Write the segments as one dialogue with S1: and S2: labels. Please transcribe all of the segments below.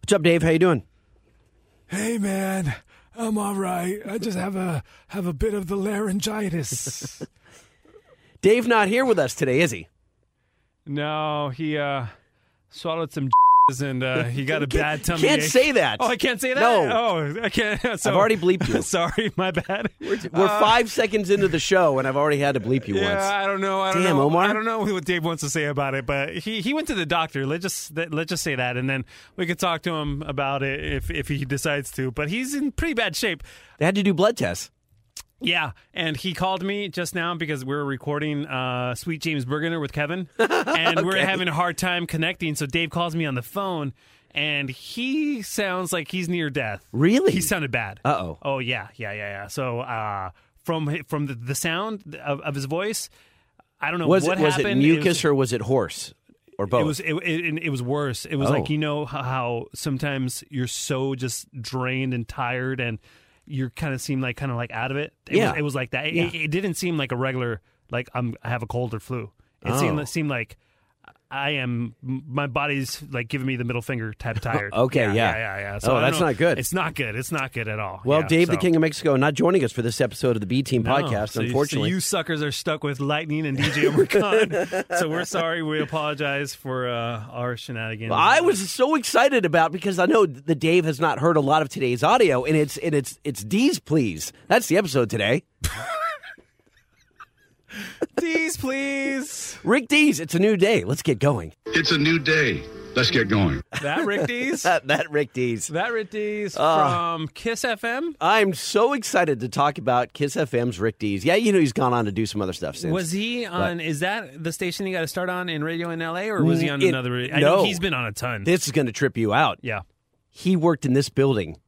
S1: What's up, Dave? How you doing?
S2: Hey man, I'm all right. I just have a have a bit of the laryngitis.
S3: Uh,
S1: Dave not here with us today, is he?
S3: No, he uh, swallowed some and uh, he got a bad tummy.
S1: Can't
S3: ache.
S1: say that.
S3: Oh, I can't say that.
S1: No.
S3: Oh, I can't. So,
S1: I've already bleeped you.
S3: Sorry, my bad.
S1: We're
S3: Uh,
S1: five seconds into the show, and I've already had to bleep you
S3: Yeah,
S1: once.
S3: I don't know. Oh, I don't
S1: Damn,
S3: know.
S1: Omar.
S3: I don't know what Dave wants to say about it, but he, he went to the doctor. Let's just let- let's just say that, and then we could talk to him about it if if he decides to. But he's in pretty bad shape.
S1: They had to do blood tests.
S3: Yeah, and he called me just now because we're recording uh, Sweet James Burgener with Kevin, and we're having a hard time connecting. So Dave calls me on the phone, and he sounds like he's near death.
S1: Really?
S3: He sounded bad.
S1: Uh-oh.
S3: Oh yeah, yeah, yeah, yeah. So uh, from hi- from the, the sound of, of his voice, I don't know
S1: Was
S3: what
S1: it was
S3: happened.
S1: it mucus or was it horse or both?
S3: It was it, it, it was worse. It was
S1: Oh.
S3: like you know how, how sometimes you're so just drained and tired, and you kind of seem like kind of like out of it. it
S1: Yeah.
S3: was, it was like that. It,
S1: Yeah.
S3: it, it didn't seem like a regular like I'm I have a cold or flu. It
S1: Oh.
S3: seemed it seemed like I am my body's like giving me the middle finger type tired.
S1: Okay,
S3: yeah,
S1: yeah.
S3: yeah, yeah. yeah.
S1: Oh,
S3: I don't
S1: that's not good.
S3: It's not good. It's not good at all.
S1: well,
S3: Yeah,
S1: Dave, the
S3: so-
S1: King of Mexico, not joining us for this episode of the B Team
S3: No,
S1: podcast,
S3: so you- so
S1: unfortunately.
S3: you suckers are stuck with Lightning and DJ Omicron. so we're sorry. We apologize for uh, our shenanigans.
S1: I was so excited about because I know that Dave has not heard a lot of today's audio, and it's and it's it's D's please. That's the episode today.
S3: Please, please.
S1: Rick D's. It's a new day. Let's get going.
S4: It's a new day. Let's get going.
S3: That Rick D's. that
S1: That, that Rick D's.
S3: Rick D's from Kiss FM.
S1: I'm so excited to talk about Kiss FM's Rick D's. Yeah, you know he's gone on to do some other stuff since.
S3: Was he on? Is that the station he got to start on in radio in LA, or was he on
S1: It-
S3: another? I
S1: no.
S3: know he's been on a ton.
S1: this is going to trip you out.
S3: yeah.
S1: He worked in this building,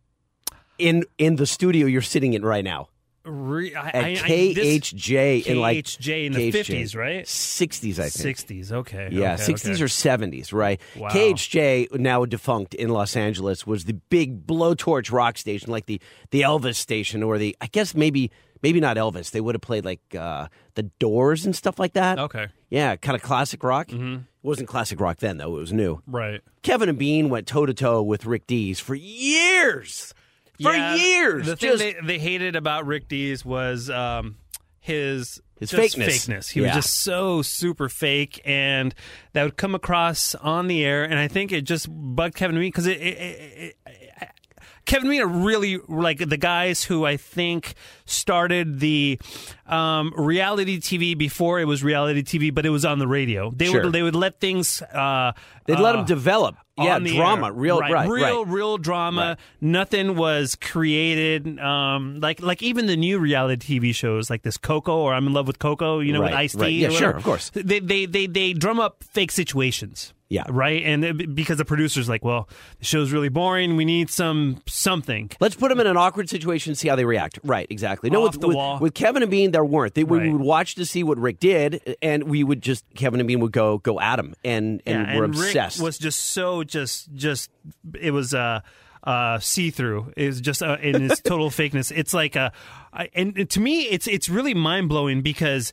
S1: in in the studio you're sitting in right now
S3: Re, I,
S1: at
S3: I- I- this-
S1: KHJ in like
S3: KHJ in the 50s, right?
S1: 60s, I think.
S3: 60s. Okay.
S1: Yeah,
S3: okay,
S1: 60s
S3: okay.
S1: or 70s, right?
S3: Wow.
S1: KHJ, now defunct in Los Angeles, was the big blowtorch rock station, like the the Elvis station, or the I guess maybe maybe not Elvis. They would have played like uh, the Doors and stuff like that.
S3: Okay. Mm-hmm.
S1: Yeah, kind of classic rock. It wasn't classic rock then though; it was new.
S3: Right.
S1: Kevin and Bean went toe to toe with Rick Dees for years, for
S3: Yeah,
S1: years.
S3: The thing
S1: Just
S3: they, they hated about Rick D's was um, his
S1: His
S3: just
S1: fakeness.
S3: He
S1: Yeah.
S3: was just so super fake, and that would come across on the air. And I think it just bugged Kevin and me because it, it, it, it- Kevin and me are really like the guys who I think started the um, reality TV before it was reality TV, but it was on the radio. They
S1: Sure.
S3: would they would let things. Uh,
S1: they'd let him
S3: uh,
S1: develop. Yeah,
S3: on the
S1: drama,
S3: air.
S1: real, right, right.
S3: real, real drama. Nothing was created. Um, like, like even the new reality TV shows, like this Coco or I'm in Love with Coco. You know, with
S1: Right,
S3: Ice T.
S1: right. Yeah, sure, of course.
S3: They, they, they, they drum up fake situations.
S1: Yeah.
S3: right. And it- because the producers like, well, the show's really boring. We need some something.
S1: Let's put them in an awkward situation, see how they react. Right, exactly. No,
S3: Off
S1: with,
S3: the
S1: with,
S3: wall.
S1: with Kevin and Bean, there weren't. They, we
S3: Right.
S1: would watch to see what Rick did, and we would just Kevin and Bean would go go at him, and and
S3: yeah,
S1: we're
S3: and Rick
S1: obsessed.
S3: was just so just just it was uh uh see through is just uh, in its total fakeness. It's like a I, and to me it's it's really mind blowing because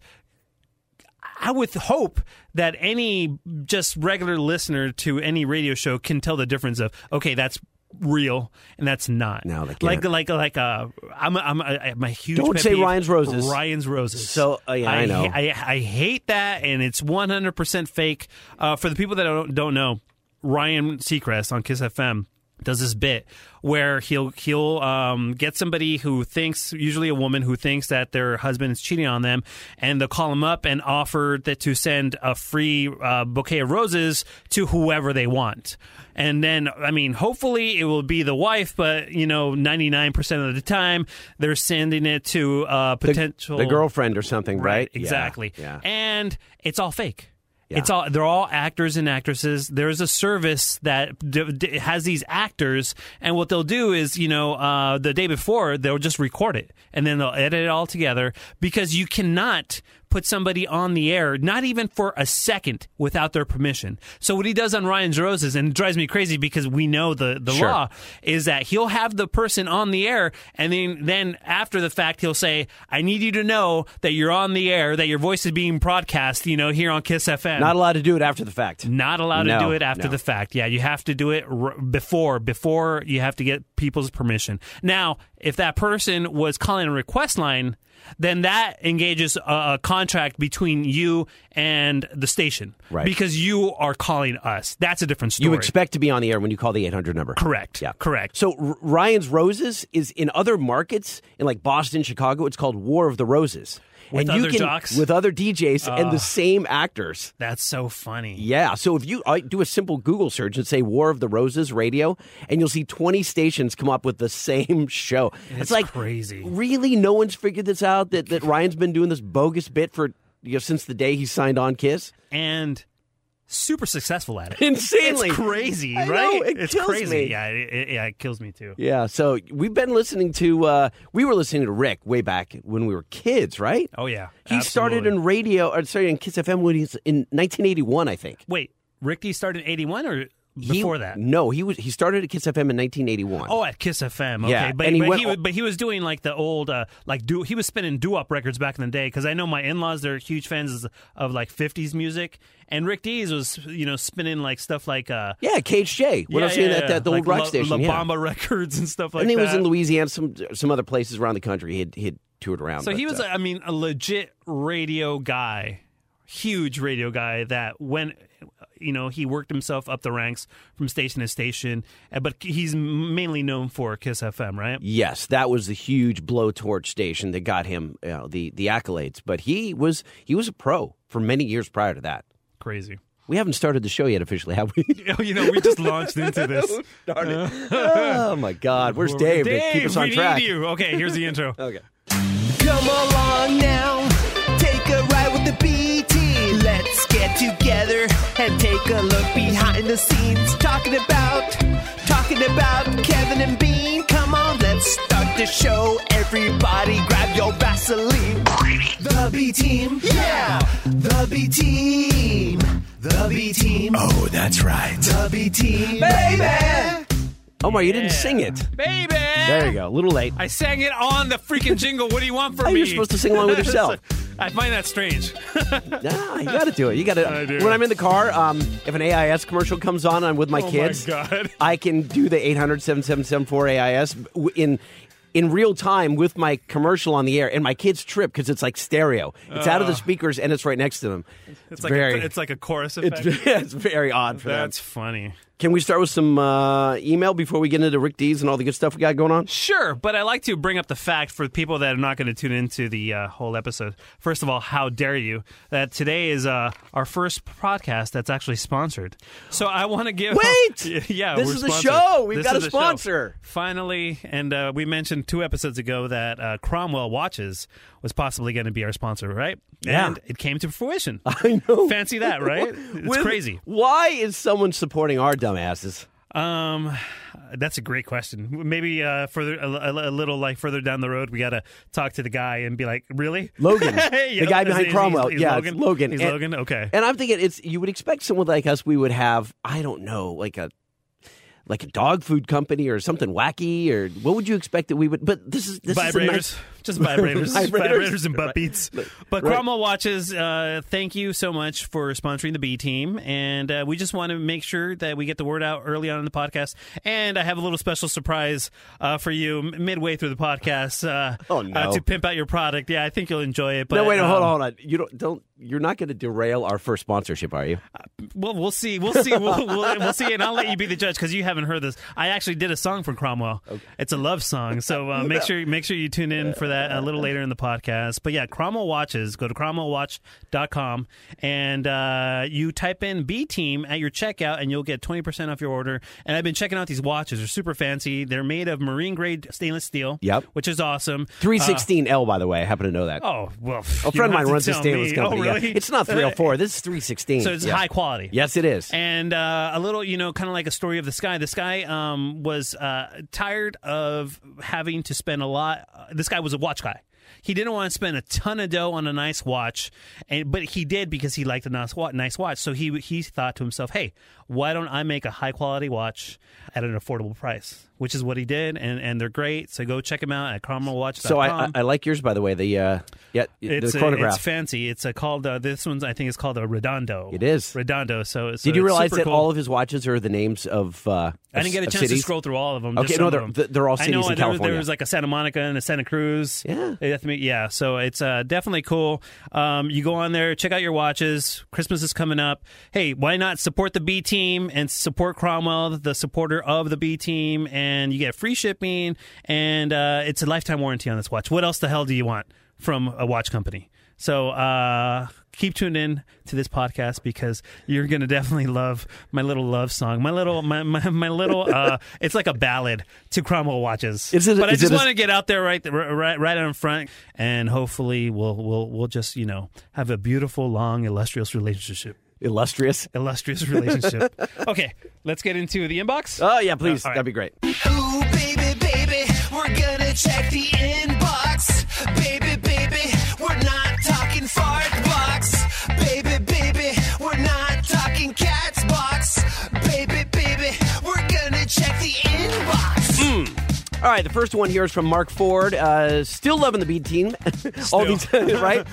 S3: I would hope that any just regular listener to any radio show can tell the difference of okay that's real and that's not
S1: No, they
S3: like
S1: can't.
S3: like like uh I'm a, I'm a, I'm a huge
S1: Don't
S3: pet
S1: say
S3: peeve,
S1: Ryan's Roses.
S3: Ryan's roses
S1: So, uh, yeah, I know.
S3: ha- I, I hate that, and it's 100% fake. Uh, for the people that don't, don't know, Ryan Seacrest on Kiss FM does this bit where he'll he'll um, get somebody who thinks, usually a woman who thinks that their husband is cheating on them, and they'll call him up and offer that to send a free uh, bouquet of roses to whoever they want. And then, I mean, hopefully it will be the wife, but you know, 99% of the time they're sending it to uh, potential
S1: the girlfriend or something, right? Yeah,
S3: exactly
S1: Yeah.
S3: and it's all fake
S1: Yeah.
S3: It's all they're all actors and actresses. There's a service that d- d- has these actors, and what they'll do is, you know, uh, the day before they'll just record it, and then they'll edit it all together because you cannot put somebody on the air, not even for a second, without their permission. So what he does on Ryan's Roses, and it drives me crazy because we know the, the
S1: Sure.
S3: law, is that he'll have the person on the air, and then, then after the fact, he'll say, I need you to know that you're on the air, that your voice is being broadcast, you know, here on KISS FM.
S1: Not allowed to do it after the fact.
S3: Not allowed
S1: No,
S3: to do it after
S1: no.
S3: the fact. Yeah, you have to do it r- before. Before you have to get people's permission. Now, if that person was calling a request line, then that engages a, a contract between you and the station,
S1: Right.
S3: Because you are calling us. That's a different story.
S1: You expect to be on the air when you call the 800 number.
S3: Correct.
S1: Yeah.
S3: Correct.
S1: So R- Ryan's Roses is in other markets, in like Boston, Chicago, it's called War of the Roses.
S3: With
S1: and you
S3: other Ah.
S1: can,
S3: jocks?
S1: With other DJs and the same actors.
S3: That's so funny.
S1: Yeah. So if you uh, do a simple Google search and say War of the Roses radio, and you'll see 20 stations come up with the same show. It's, like
S3: crazy.
S1: Really? No one's figured this out that, that Ryan's been doing this bogus bit for, you know, since the day he signed on Kiss?
S3: And super successful at it.
S1: Insanely.
S3: It's crazy,
S1: I know,
S3: right?
S1: it
S3: it's
S1: kills
S3: crazy.
S1: me.
S3: Yeah, it, it- yeah, it kills me too.
S1: Yeah, so we've been listening to uh we were listening to Rick way back when we were kids, right?
S3: Oh yeah.
S1: he started
S3: absolutely.
S1: in radio or started in Kiss FM when he's in 1981, I think.
S3: Wait, Rick D started in 81 or
S1: He-
S3: before that?
S1: No, he was he started at Kiss FM in 1981.
S3: Oh, at Kiss FM. Okay,
S1: Yeah,
S3: but,
S1: and he
S3: but,
S1: went-
S3: he, was- but he was doing like the old uh, like do he was spinning doo wop records back in the day because I know my in laws they're huge fans of like fifties music and Rick D's was you know spinning like stuff like uh
S1: yeah, Cage J. When I was
S3: yeah,
S1: saying
S3: yeah,
S1: that, that the
S3: yeah,
S1: old
S3: like
S1: rock
S3: La, La
S1: station, yeah.
S3: Bamba records and stuff like
S1: and he
S3: that.
S1: was in Louisiana, some some other places around the country. He had, he had toured around.
S3: So he
S1: but,
S3: was,
S1: uh,
S3: I mean, a legit radio guy, huge radio guy. That when, you know, he worked himself up the ranks from station to station. uh, But he's mainly known for Kiss FM, right?
S1: Yes, that was the huge blowtorch station that got him you know, the the accolades. But he was he was a pro for many years prior to that.
S3: Crazy. Oh,
S1: We haven't started the show yet officially, have we?
S3: you know, we just launched into this. Uh,
S1: Darn it. oh my God. Where's Dave, to keep us on
S3: we
S1: track?
S3: need you. Okay, here's the intro.
S1: Okay.
S5: Come along now, take a ride with the BT. Let's get together and take a look behind the scenes. Talking about, talking about Kevin and Bean. Come on, let's start the show. Everybody grab your Vaseline. The B team, yeah, the B team, the B team,
S2: Oh, that's right.
S5: the B team, baby.
S1: Omar, you didn't sing it.
S3: Baby!
S1: There you go. A little late.
S3: I sang it on the freaking jingle. What do you want from
S1: Oh,
S3: me?
S1: you're supposed to sing along with yourself.
S3: I find that strange.
S1: nah, you got to do it. You got
S3: I
S1: to.
S3: do.
S1: When I'm in the car, um, if an AIS commercial comes on, I'm with my
S3: Oh my
S1: kids.
S3: God.
S1: I can do the 800 7774 AIS w- in. In real time with my commercial on the air, and my kids trip because it's like stereo. It's out of the speakers and it's right next to them. It's,
S3: Uh. It's like
S1: very,
S3: a, it's like a chorus
S1: it's,
S3: effect.
S1: it's very odd for them.
S3: That's funny.
S1: Can we start with some uh, email before we get into Rick D's and all the good stuff we got going on?
S3: Sure, but I like to bring up the fact for people that are not going to tune into the uh, whole episode. First of all, how dare you that today is uh, our first podcast that's actually sponsored. So I want to give
S1: Wait!
S3: yeah,
S1: This
S3: we're
S1: is the
S3: sponsored.
S1: show! We've
S3: This
S1: got
S3: is
S1: a
S3: the show.
S1: sponsor!
S3: finally, and uh, we mentioned two episodes ago that uh, Cromwell Watches was possibly going to be our sponsor, right?
S1: Yeah.
S3: and it came to fruition.
S1: I know.
S3: Fancy that, right? It's
S1: With-
S3: crazy.
S1: Why is someone supporting our dumbasses?
S3: Um, that's a great question. Maybe uh, further a, a- a little like further down the road, we gotta talk to the guy and be like, really,
S1: Logan, the
S3: Yep,
S1: guy
S3: his
S1: behind
S3: name's-
S1: Cromwell.
S3: he's
S1: yeah,
S3: Logan.
S1: It's Logan.
S3: He's
S1: and,
S3: Logan. Okay.
S1: And I'm thinking it's you would expect someone like us. We would have I don't know, like a like a dog food company or something wacky or what would you expect that we would? But this is this is a
S3: vibrators,
S1: nice,
S3: just vibrators,
S1: Vibrators.
S3: vibrators, and
S1: Right.
S3: butt beats. But
S1: Right.
S3: Cromwell watches. Uh, thank you so much for sponsoring the B team, and uh, we just want to make sure that we get the word out early on in the podcast. And I have a little special surprise uh, for you m- midway through the podcast. Uh,
S1: Oh, no.
S3: uh, to pimp out your product. Yeah, I think you'll enjoy it. But
S1: no, wait, no,
S3: um,
S1: hold on, hold on. You don't don't you're not going to derail our first sponsorship, are you?
S3: Uh, Well, we'll see. We'll see. We'll, we'll, we'll see. And I'll let you be the judge because you haven't heard this. I actually did a song from Cromwell. It's a love song. So uh, make sure make sure you tune in for that a little later in the podcast. But yeah, Cromwell Watches. Go to cromwellwatch.com and uh, you type in B Team at your checkout and you'll get 20% off your order. And I've been checking out these watches. They're super fancy. They're made of marine grade stainless steel,
S1: Yep.
S3: which is awesome.
S1: Three sixteen L, by the way. I happen to know that.
S3: Oh, well.
S1: a friend of mine runs a stainless company.
S3: Oh,
S1: yeah.
S3: really?
S1: It's not three hundred four. This is three sixteen.
S3: So it's
S1: yeah.
S3: high quality.
S1: Yes, it is.
S3: And uh, a little, you know, kind of like a story of the sky. This guy um, was uh, tired of having to spend a lot. Uh, this guy was a watch guy. He didn't want to spend a ton of dough on a nice watch, and but he did because he liked a nice watch. Nice watch. So he he thought to himself, "Hey, why don't I make a high quality watch at an affordable price?" Which is what he did, and and they're great. So go check them out at CarmelWatch.com.
S1: So I, I, I like yours, by the way. The uh, yeah,
S3: it's
S1: the
S3: a-
S1: chronograph.
S3: it's fancy. It's a called uh, this one's I think is called a Redondo.
S1: It is.
S3: Redondo. So, so
S1: Did you
S3: it's
S1: realize
S3: uh, super
S1: that
S3: cool.
S1: all of his watches are the names of? Uh,
S3: I didn't get a
S1: of
S3: chance
S1: cities?
S3: to scroll through all of them.
S1: Okay,
S3: just
S1: no,
S3: some of
S1: they're-
S3: them.
S1: th- they're all
S3: I
S1: cities
S3: know
S1: in
S3: there,
S1: California.
S3: There was like a Santa Monica and a Santa Cruz.
S1: Yeah.
S3: I think- yeah. So it's uh, definitely cool. Um, you go on there, check out your watches. Christmas is coming up. Hey, why not support the B Team and support Cromwell, the supporter of the B Team, and you get free shipping and uh, it's a lifetime warranty on this watch. What else the hell do you want from a watch company? So uh, keep tuned in to this podcast because you're gonna definitely love my little love song, my little my my, my little. Uh, it's like a ballad to Cromwell watches.
S1: Is it-
S3: but I
S1: is
S3: just
S1: it a-
S3: want to get out there right right right out in front, and hopefully we'll we'll we'll just you know have a beautiful, long, illustrious relationship.
S1: illustrious.
S3: Illustrious relationship. okay, let's get into the inbox.
S1: Oh yeah, please.
S3: all right.
S1: That'd be great.
S5: Ooh, baby, baby, we're gonna check the inbox. Baby, baby, we're not talking fart box. Baby, baby, we're not talking cat's box. Baby, baby, we're gonna check the inbox.
S3: hmm.
S1: All right, the first one here is from Mark Ford. Uh, still loving the B team. All these, right?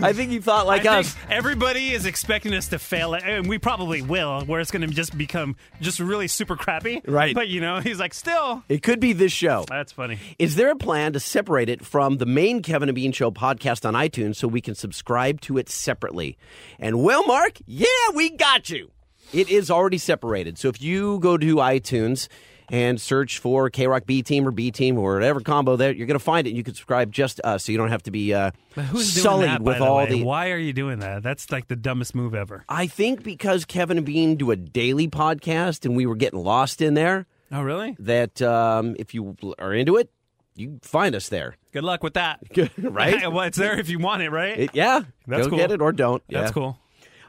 S1: I think he thought like
S3: I
S1: us.
S3: think everybody is expecting us to fail, it, and we probably will, where it's going to just become just really super crappy.
S1: Right.
S3: But, you know, he's like, still.
S1: It could be this show.
S3: That's funny.
S1: Is there a plan to separate it from the main Kevin and Bean Show podcast on iTunes so we can subscribe to it separately? And well, Mark, yeah, we got you. It is already separated. So if you go to iTunes and search for K Rock B Team or B Team or whatever combo there, you're going to find it. You can subscribe just us, so you don't have to be uh,
S3: Who's doing
S1: sullied
S3: that, by
S1: with
S3: the
S1: all
S3: way?
S1: the.
S3: Why are you doing that? That's like the dumbest move ever.
S1: I think because Kevin and Bean do a daily podcast and we were getting lost in there,
S3: Oh, really?
S1: that um, if you are into it, you find us there.
S3: Good luck with that.
S1: right?
S3: well, it's there if you want it, right?
S1: It- yeah,
S3: That's
S1: go
S3: cool.
S1: get it or don't.
S3: That's
S1: Yeah.
S3: cool.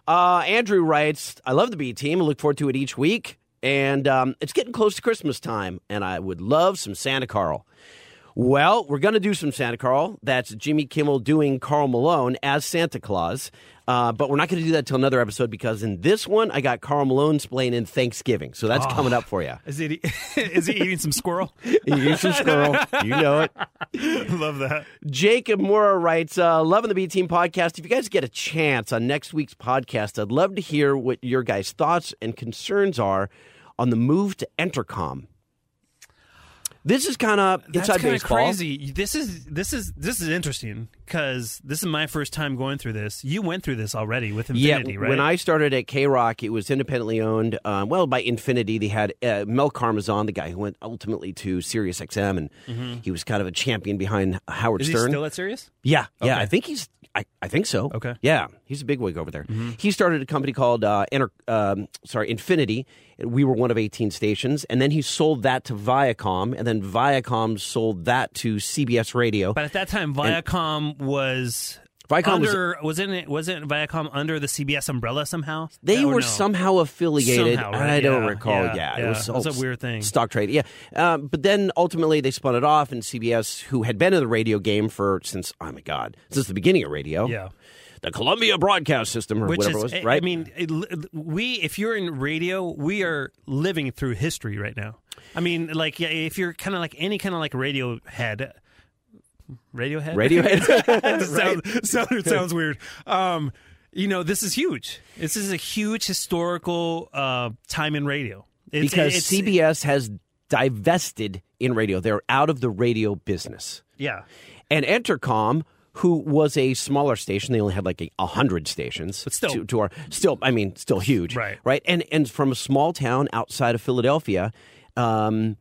S1: Uh, Andrew writes, "I love the B team. I look forward to it each week, and um, it's getting close to Christmas time, and I would love some Santa Carl." Well, we're going to do some Santa Carl. That's Jimmy Kimmel doing Carl Malone as Santa Claus. Uh, but we're not going to do that till another episode because in this one, I got Carl Malone splaying in Thanksgiving. So
S3: Ah.
S1: that's coming up for you.
S3: Is he, is he eating some squirrel?
S1: You some squirrel. You know it.
S3: Love that.
S1: Jacob Mora writes, uh, loving the B Team podcast. If you guys get a chance on next week's podcast, I'd love to hear what your guys' thoughts and concerns are on the move to Entercom. This is kind of
S3: That's
S1: inside
S3: kinda
S1: baseball.
S3: crazy. This is this is this is interesting because this is my first time going through this. You went through this already with Infinity,
S1: yeah,
S3: right?
S1: when I started at K Rock, it was independently owned. Um, well, by Infinity, they had uh, Mel Karmazon, the guy who went ultimately to Sirius XM, and he was kind of a champion behind Howard
S3: Mm-hmm. is he
S1: Stern.
S3: still that serious?
S1: Yeah, yeah.
S3: Okay.
S1: I think he's. I, I think so.
S3: Okay.
S1: Yeah, he's a big wig over there.
S3: Mm-hmm.
S1: He started a company called uh, Enter, um, sorry, Infinity. We were one of eighteen stations, and then he sold that to Viacom, and then Viacom sold that to CBS Radio.
S3: But at that time, Viacom was
S1: Viacom was-
S3: under was, not it wasn't Viacom under the CBS umbrella somehow?
S1: they
S3: Or
S1: were
S3: Oh, no?
S1: somehow affiliated.
S3: Somehow, right?
S1: I don't
S3: Yeah,
S1: recall.
S3: yeah,
S1: Yeah,
S3: yeah.
S1: it was,
S3: It was
S1: all
S3: a weird thing.
S1: Stock trade. Yeah, um, but then ultimately they spun it off, and CBS, who had been in the radio game for since oh my god, since the beginning of radio,
S3: yeah.
S1: the Columbia Broadcast System or
S3: Which
S1: whatever
S3: is,
S1: it was,
S3: I-
S1: right?
S3: I mean, it, li- we if you're in radio, we are living through history right now. I mean, like yeah, if you're kind of like any kind of like radio head, radio head,
S1: Radiohead.
S3: It sounds, sound- it sounds weird. Um, you know, this is huge. This is a huge historical uh, time in radio. It's,
S1: because
S3: it's-
S1: CBS has divested in radio. They're out of the radio business.
S3: yeah,
S1: And Entercom, who was a smaller station, they only had like a hundred stations. But
S3: still.
S1: to, to our still, I mean, still huge,
S3: Right.
S1: Right, and and from a small town outside of Philadelphia. Um,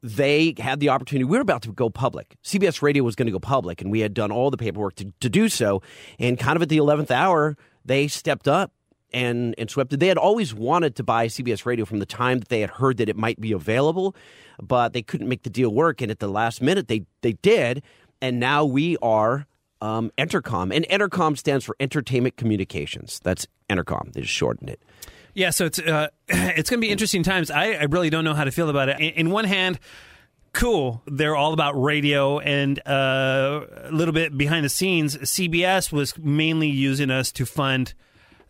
S1: they had the opportunity. We were about to go public. CBS Radio was going to go public, and we had done all the paperwork to, to do so. And kind of at the 11th hour, they stepped up and, and swept it. They had always wanted to buy CBS Radio from the time that they had heard that it might be available, but they couldn't make the deal work. And at the last minute, they, they did. And now we are um, Entercom. And Entercom stands for Entertainment Communications. That's Entercom. They just shortened it.
S3: yeah. So it's uh, it's going to be interesting times. I, I really don't know how to feel about it. In, in one hand, cool. They're all about radio and uh, a little bit behind the scenes. CBS was mainly using us to fund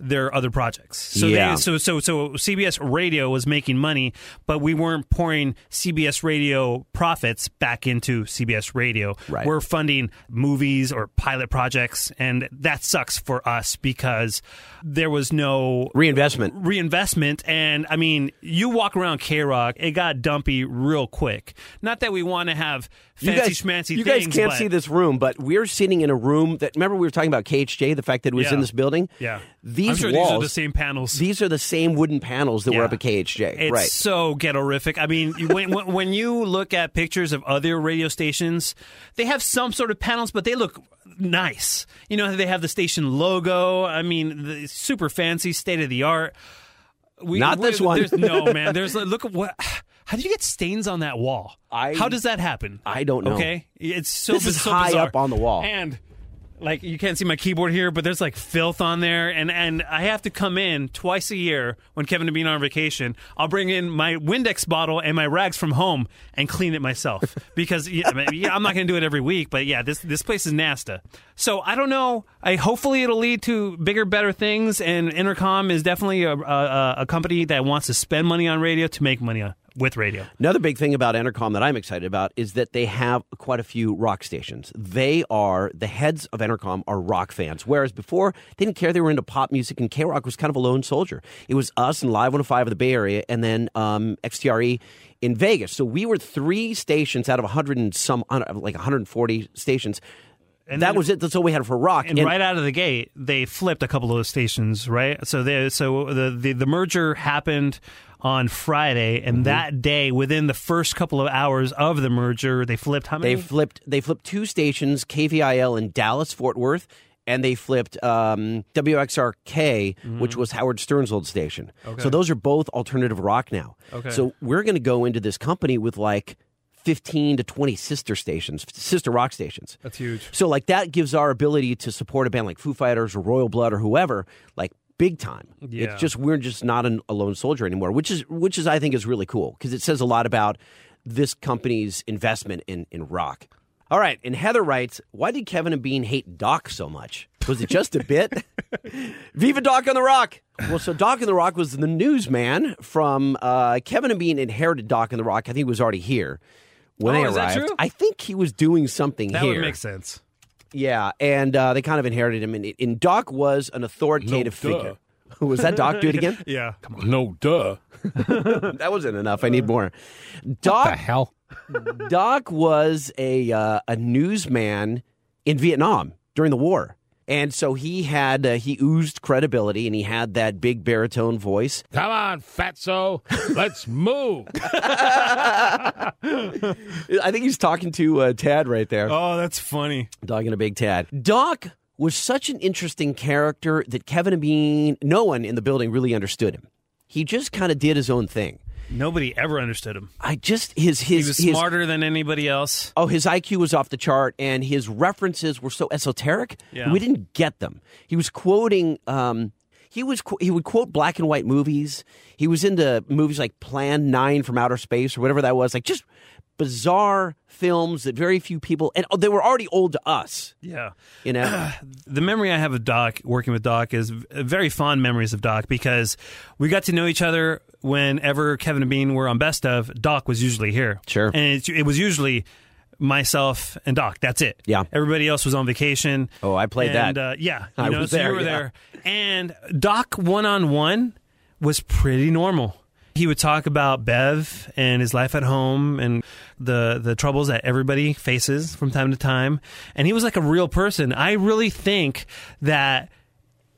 S3: their other projects. So
S1: Yeah.
S3: they, so so so CBS Radio was making money, but we weren't pouring CBS Radio profits back into CBS Radio.
S1: Right.
S3: We're funding movies or pilot projects and that sucks for us because there was no
S1: Reinvestment.
S3: reinvestment. And I mean, you walk around K Rock, it got dumpy real quick. Not that we want to have
S1: You
S3: fancy
S1: guys,
S3: schmancy
S1: you guys
S3: things.
S1: can't
S3: but
S1: see this room, but we're sitting in a room that. Remember, we were talking about KHJ, the fact that it was
S3: Yeah.
S1: in this building.
S3: Yeah.
S1: these
S3: I'm sure
S1: walls.
S3: these are the same panels.
S1: these are the same wooden panels that were
S3: Yeah.
S1: up at KHJ.
S3: It's
S1: right.
S3: so ghettorific. I mean, you- when, when when you look at pictures of other radio stations, they have some sort of panels, but they look nice. You know, they have the station logo. I mean, the, super fancy, state of the art. We,
S1: Not
S3: we-
S1: this one.
S3: there's- No, man. There's look at what. How do you get stains on that wall?
S1: I-
S3: how does that happen?
S1: I don't know.
S3: Okay, it's so
S1: This
S3: biz-
S1: is
S3: so
S1: high
S3: bizarre.
S1: up on the wall.
S3: and like you can't see my keyboard here, but there's like filth on there, and and I have to come in twice a year when Kevin and Bean are on vacation. I'll bring in my Windex bottle and my rags from home and clean it myself because yeah, I mean, yeah, I'm not going to do it every week, but yeah, this this place is nasty. So I don't know. I hopefully it'll lead to bigger, better things. And Intercom is definitely a, a, a company that wants to spend money on radio to make money on, with radio.
S1: Another big thing about Entercom that I'm excited about is that they have quite a few rock stations. They are the heads of Entercom are rock fans, whereas before they didn't care they were into pop music and K Rock was kind of a lone soldier. It was us and Live 105 of the Bay Area, and then um, XTRE in Vegas. So we were three stations out of 100 and some like 140 stations. And that was it. That's all we had for rock.
S3: and, right out of the gate, they flipped a couple of those stations, right? So they so the the, the merger happened on Friday,
S1: Mm-hmm.
S3: and that day, within the first couple of hours of the merger, they flipped how many?
S1: They flipped. They flipped two stations, KVIL in Dallas, Fort Worth, and they flipped um, WXRK, which was Howard Stern's old station. So those are both alternative rock now.
S3: Okay.
S1: So we're going to go into this company with like fifteen to twenty sister stations, sister rock stations.
S3: That's huge.
S1: So like that gives our ability to support a band like Foo Fighters or Royal Blood or whoever, like big time.
S3: Yeah.
S1: It's just we're just not an, a lone soldier anymore, which is which is I think is really cool because it says a lot about this company's investment in in rock. All right, and Heather writes, "Why did Kevin and Bean hate Doc so much? Was it just a bit?" Viva Doc on the Rock. Well, so Doc on the Rock was the newsman from uh, Kevin and Bean inherited Doc on the Rock. I think he was already here when
S3: Oh,
S1: they
S3: is
S1: arrived.
S3: that true?
S1: I think he was doing something
S3: That
S1: here.
S3: would make sense.
S1: Yeah, and uh, they kind of inherited him. And, and Doc was an authoritative
S2: No, duh.
S1: figure. Was that Doc? Do it again.
S3: Yeah,
S2: No, duh.
S1: That wasn't enough. I need more. Doc
S2: hell?
S1: Doc was a uh, a newsman in Vietnam during the war, and so he had uh, he oozed credibility, and he had that big baritone voice.
S2: Come on, fatso. Let's move.
S1: I think he's talking to uh, Tad right there.
S3: Oh, that's funny.
S1: Dog and a Big Tad. Doc was such an interesting character that Kevin and Bean, no one in the building really understood him. He just kind of did his own thing.
S3: Nobody ever understood him.
S1: I just his his
S3: He was
S1: his-
S3: smarter than anybody else.
S1: Oh, his IQ was off the chart, and his references were so esoteric.
S3: Yeah.
S1: We didn't get them. He was quoting. Um, he was qu- he would quote black and white movies. He was into movies like Plan Nine from Outer Space or whatever that was. Like just bizarre films that very few people and oh, they were already old to us.
S3: Yeah.
S1: You know,
S3: the memory I have of Doc working with Doc is v- very fond memories of Doc because we got to know each other whenever Kevin and Bean were on Best of. Doc was usually here,
S1: Sure.
S3: and it, it was usually myself and Doc. That's it.
S1: Yeah.
S3: everybody else was on vacation.
S1: Oh, I played
S3: and,
S1: that.
S3: Uh, yeah, you
S1: I
S3: know,
S1: was
S3: so
S1: there,
S3: You were
S1: yeah.
S3: there, and Doc one on one was pretty normal. He would talk about Bev and his life at home and the the troubles that everybody faces from time to time. And he was like a real person. I really think that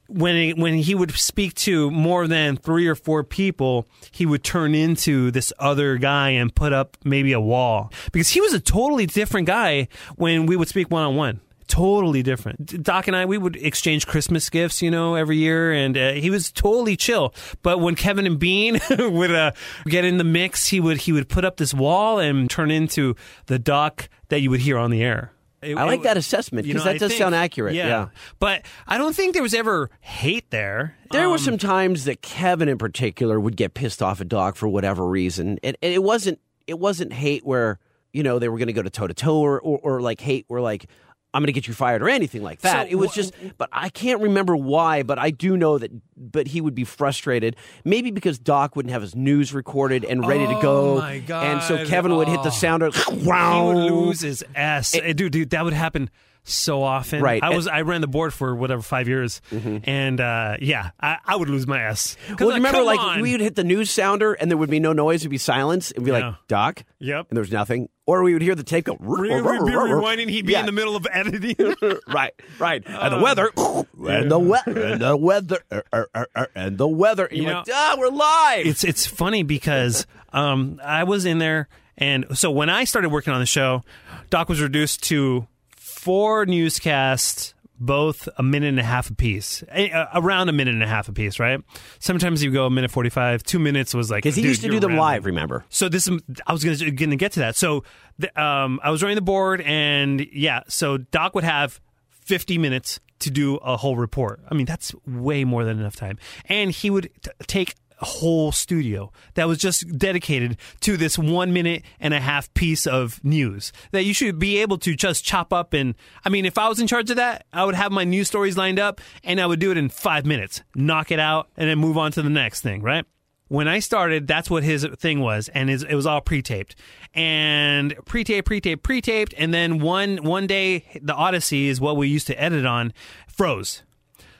S3: when he, when he would speak to more than three or four people, he would turn into this other guy and put up maybe a wall because he was a totally different guy when we would speak one on one. Totally different. Doc and I, we would exchange Christmas gifts, you know, every year, and uh, he was totally chill. But when Kevin and Bean would uh, get in the mix, he would he would put up this wall and turn into the Doc that you would hear on the air. It-
S1: I like
S3: it-
S1: that assessment, 'cause that
S3: I
S1: does sound accurate, yeah.
S3: but I don't think there was ever hate there.
S1: there
S3: Um,
S1: were some times that Kevin in particular would get pissed off at Doc for whatever reason, and, and it wasn't it wasn't hate where you know, they were going to go to toe to toe or, or, or like, hey, we're like, I'm going to get you fired or anything like that.
S3: So
S1: it was
S3: wh-
S1: just, but I can't remember why, but I do know that, but he would be frustrated. Maybe because Doc wouldn't have his news recorded and ready to
S3: Oh,
S1: go.
S3: my
S1: And so
S3: God.
S1: Kevin would hit the
S3: Oh.
S1: sounder.
S3: He would lose his ass, Eh, dude. Dude, that would happen so often.
S1: Right. Mm-hmm.
S3: I
S1: Eh,
S3: was I ran the board for whatever five years, and uh, yeah, I, I would lose my ass. 'Cause, uh,
S1: Well, remember,
S3: come
S1: like
S3: on.
S1: we would hit the news sounder, and there would be no noise; it'd be silence, and be
S3: Yeah.
S1: like, "Doc,"
S3: Yep.
S1: and there was nothing. Or we would hear the tape go.
S3: Re-
S1: "Rrr,
S3: re-
S1: rrr, rrr,
S3: be
S1: rrr, rrr."
S3: rewinding. He'd be
S1: Yeah.
S3: in the middle of editing. Um,
S1: right, right. and the weather, and the weather, and the weather, er, er, er, er, and the weather. And
S3: You
S1: you're
S3: know-
S1: like, "Ah, we're live."
S3: it's it's funny because um, I was in there, and so when I started working on the show, Doc was reduced to four newscasts, both a minute and a half apiece, a- a- around a minute and a half apiece, right? Sometimes you go a minute forty-five, two minutes was like
S1: because he
S3: "Dude,
S1: used to
S3: you're
S1: do them
S3: rounding."
S1: live. Remember?
S3: So this is- I was going to going to get to that. So the, um, I was running the board, and yeah, so Doc would have fifty minutes to do a whole report. I mean, that's way more than enough time, and he would t- take a whole studio that was just dedicated to this one minute and a half piece of news that you should be able to just chop up and i mean if i was in charge of that i would have my news stories lined up and i would do it in five minutes knock it out and then move on to the next thing right when I started, that's what his thing was, and his, it was all pre-taped, and pre-taped, pre-taped, pre-taped, and then one one day, the Odyssey is what we used to edit on, froze.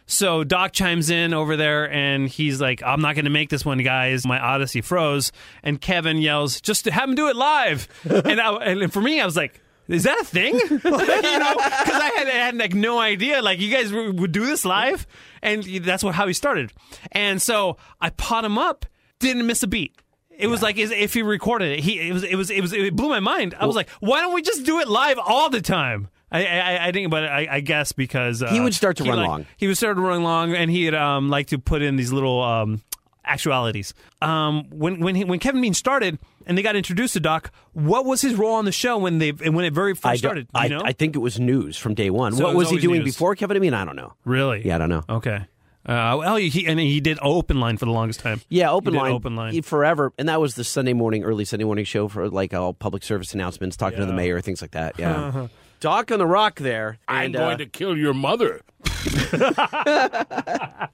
S3: So Doc chimes in over there, and he's like, "I'm not going to make this one, guys. My Odyssey froze." And Kevin yells, "Just have him do it live." and I, and for me, I was like. Is that a thing? Like, you know, because I had, I had like no idea. Like you guys w- would do this live, and that's what how he started. And so I pot him up, didn't miss a beat. It was like as if he recorded it. He it was it was it was it blew my mind. I was like, why don't we just do it live all the time? I I, I think, but I, I guess because uh,
S1: He would start to run
S3: like-
S1: long.
S3: he would start running long, and he'd um, like to put in these little um, actualities. Um, when when he, when Kevin Bean started and they got introduced to Doc, what was his role on the show when they when it very first
S1: I, don't-
S3: started? Do
S1: I,
S3: you know,
S1: I think it was news from day one.
S3: So
S1: what
S3: it was
S1: was, he
S3: always
S1: doing
S3: news.
S1: before Kevin? I mean, I don't know.
S3: really.
S1: Yeah, I don't know.
S3: Okay. Uh, well, he and he did open line for the longest time.
S1: Yeah, open
S3: He did
S1: line,
S3: open line.
S1: y- forever, and that was the Sunday morning, early Sunday morning show for like all public service announcements, talking to the mayor, things like that.
S3: Uh-huh.
S1: Yeah, Doc on the Rock there.
S6: I'm
S1: and, uh,
S6: going to kill your mother.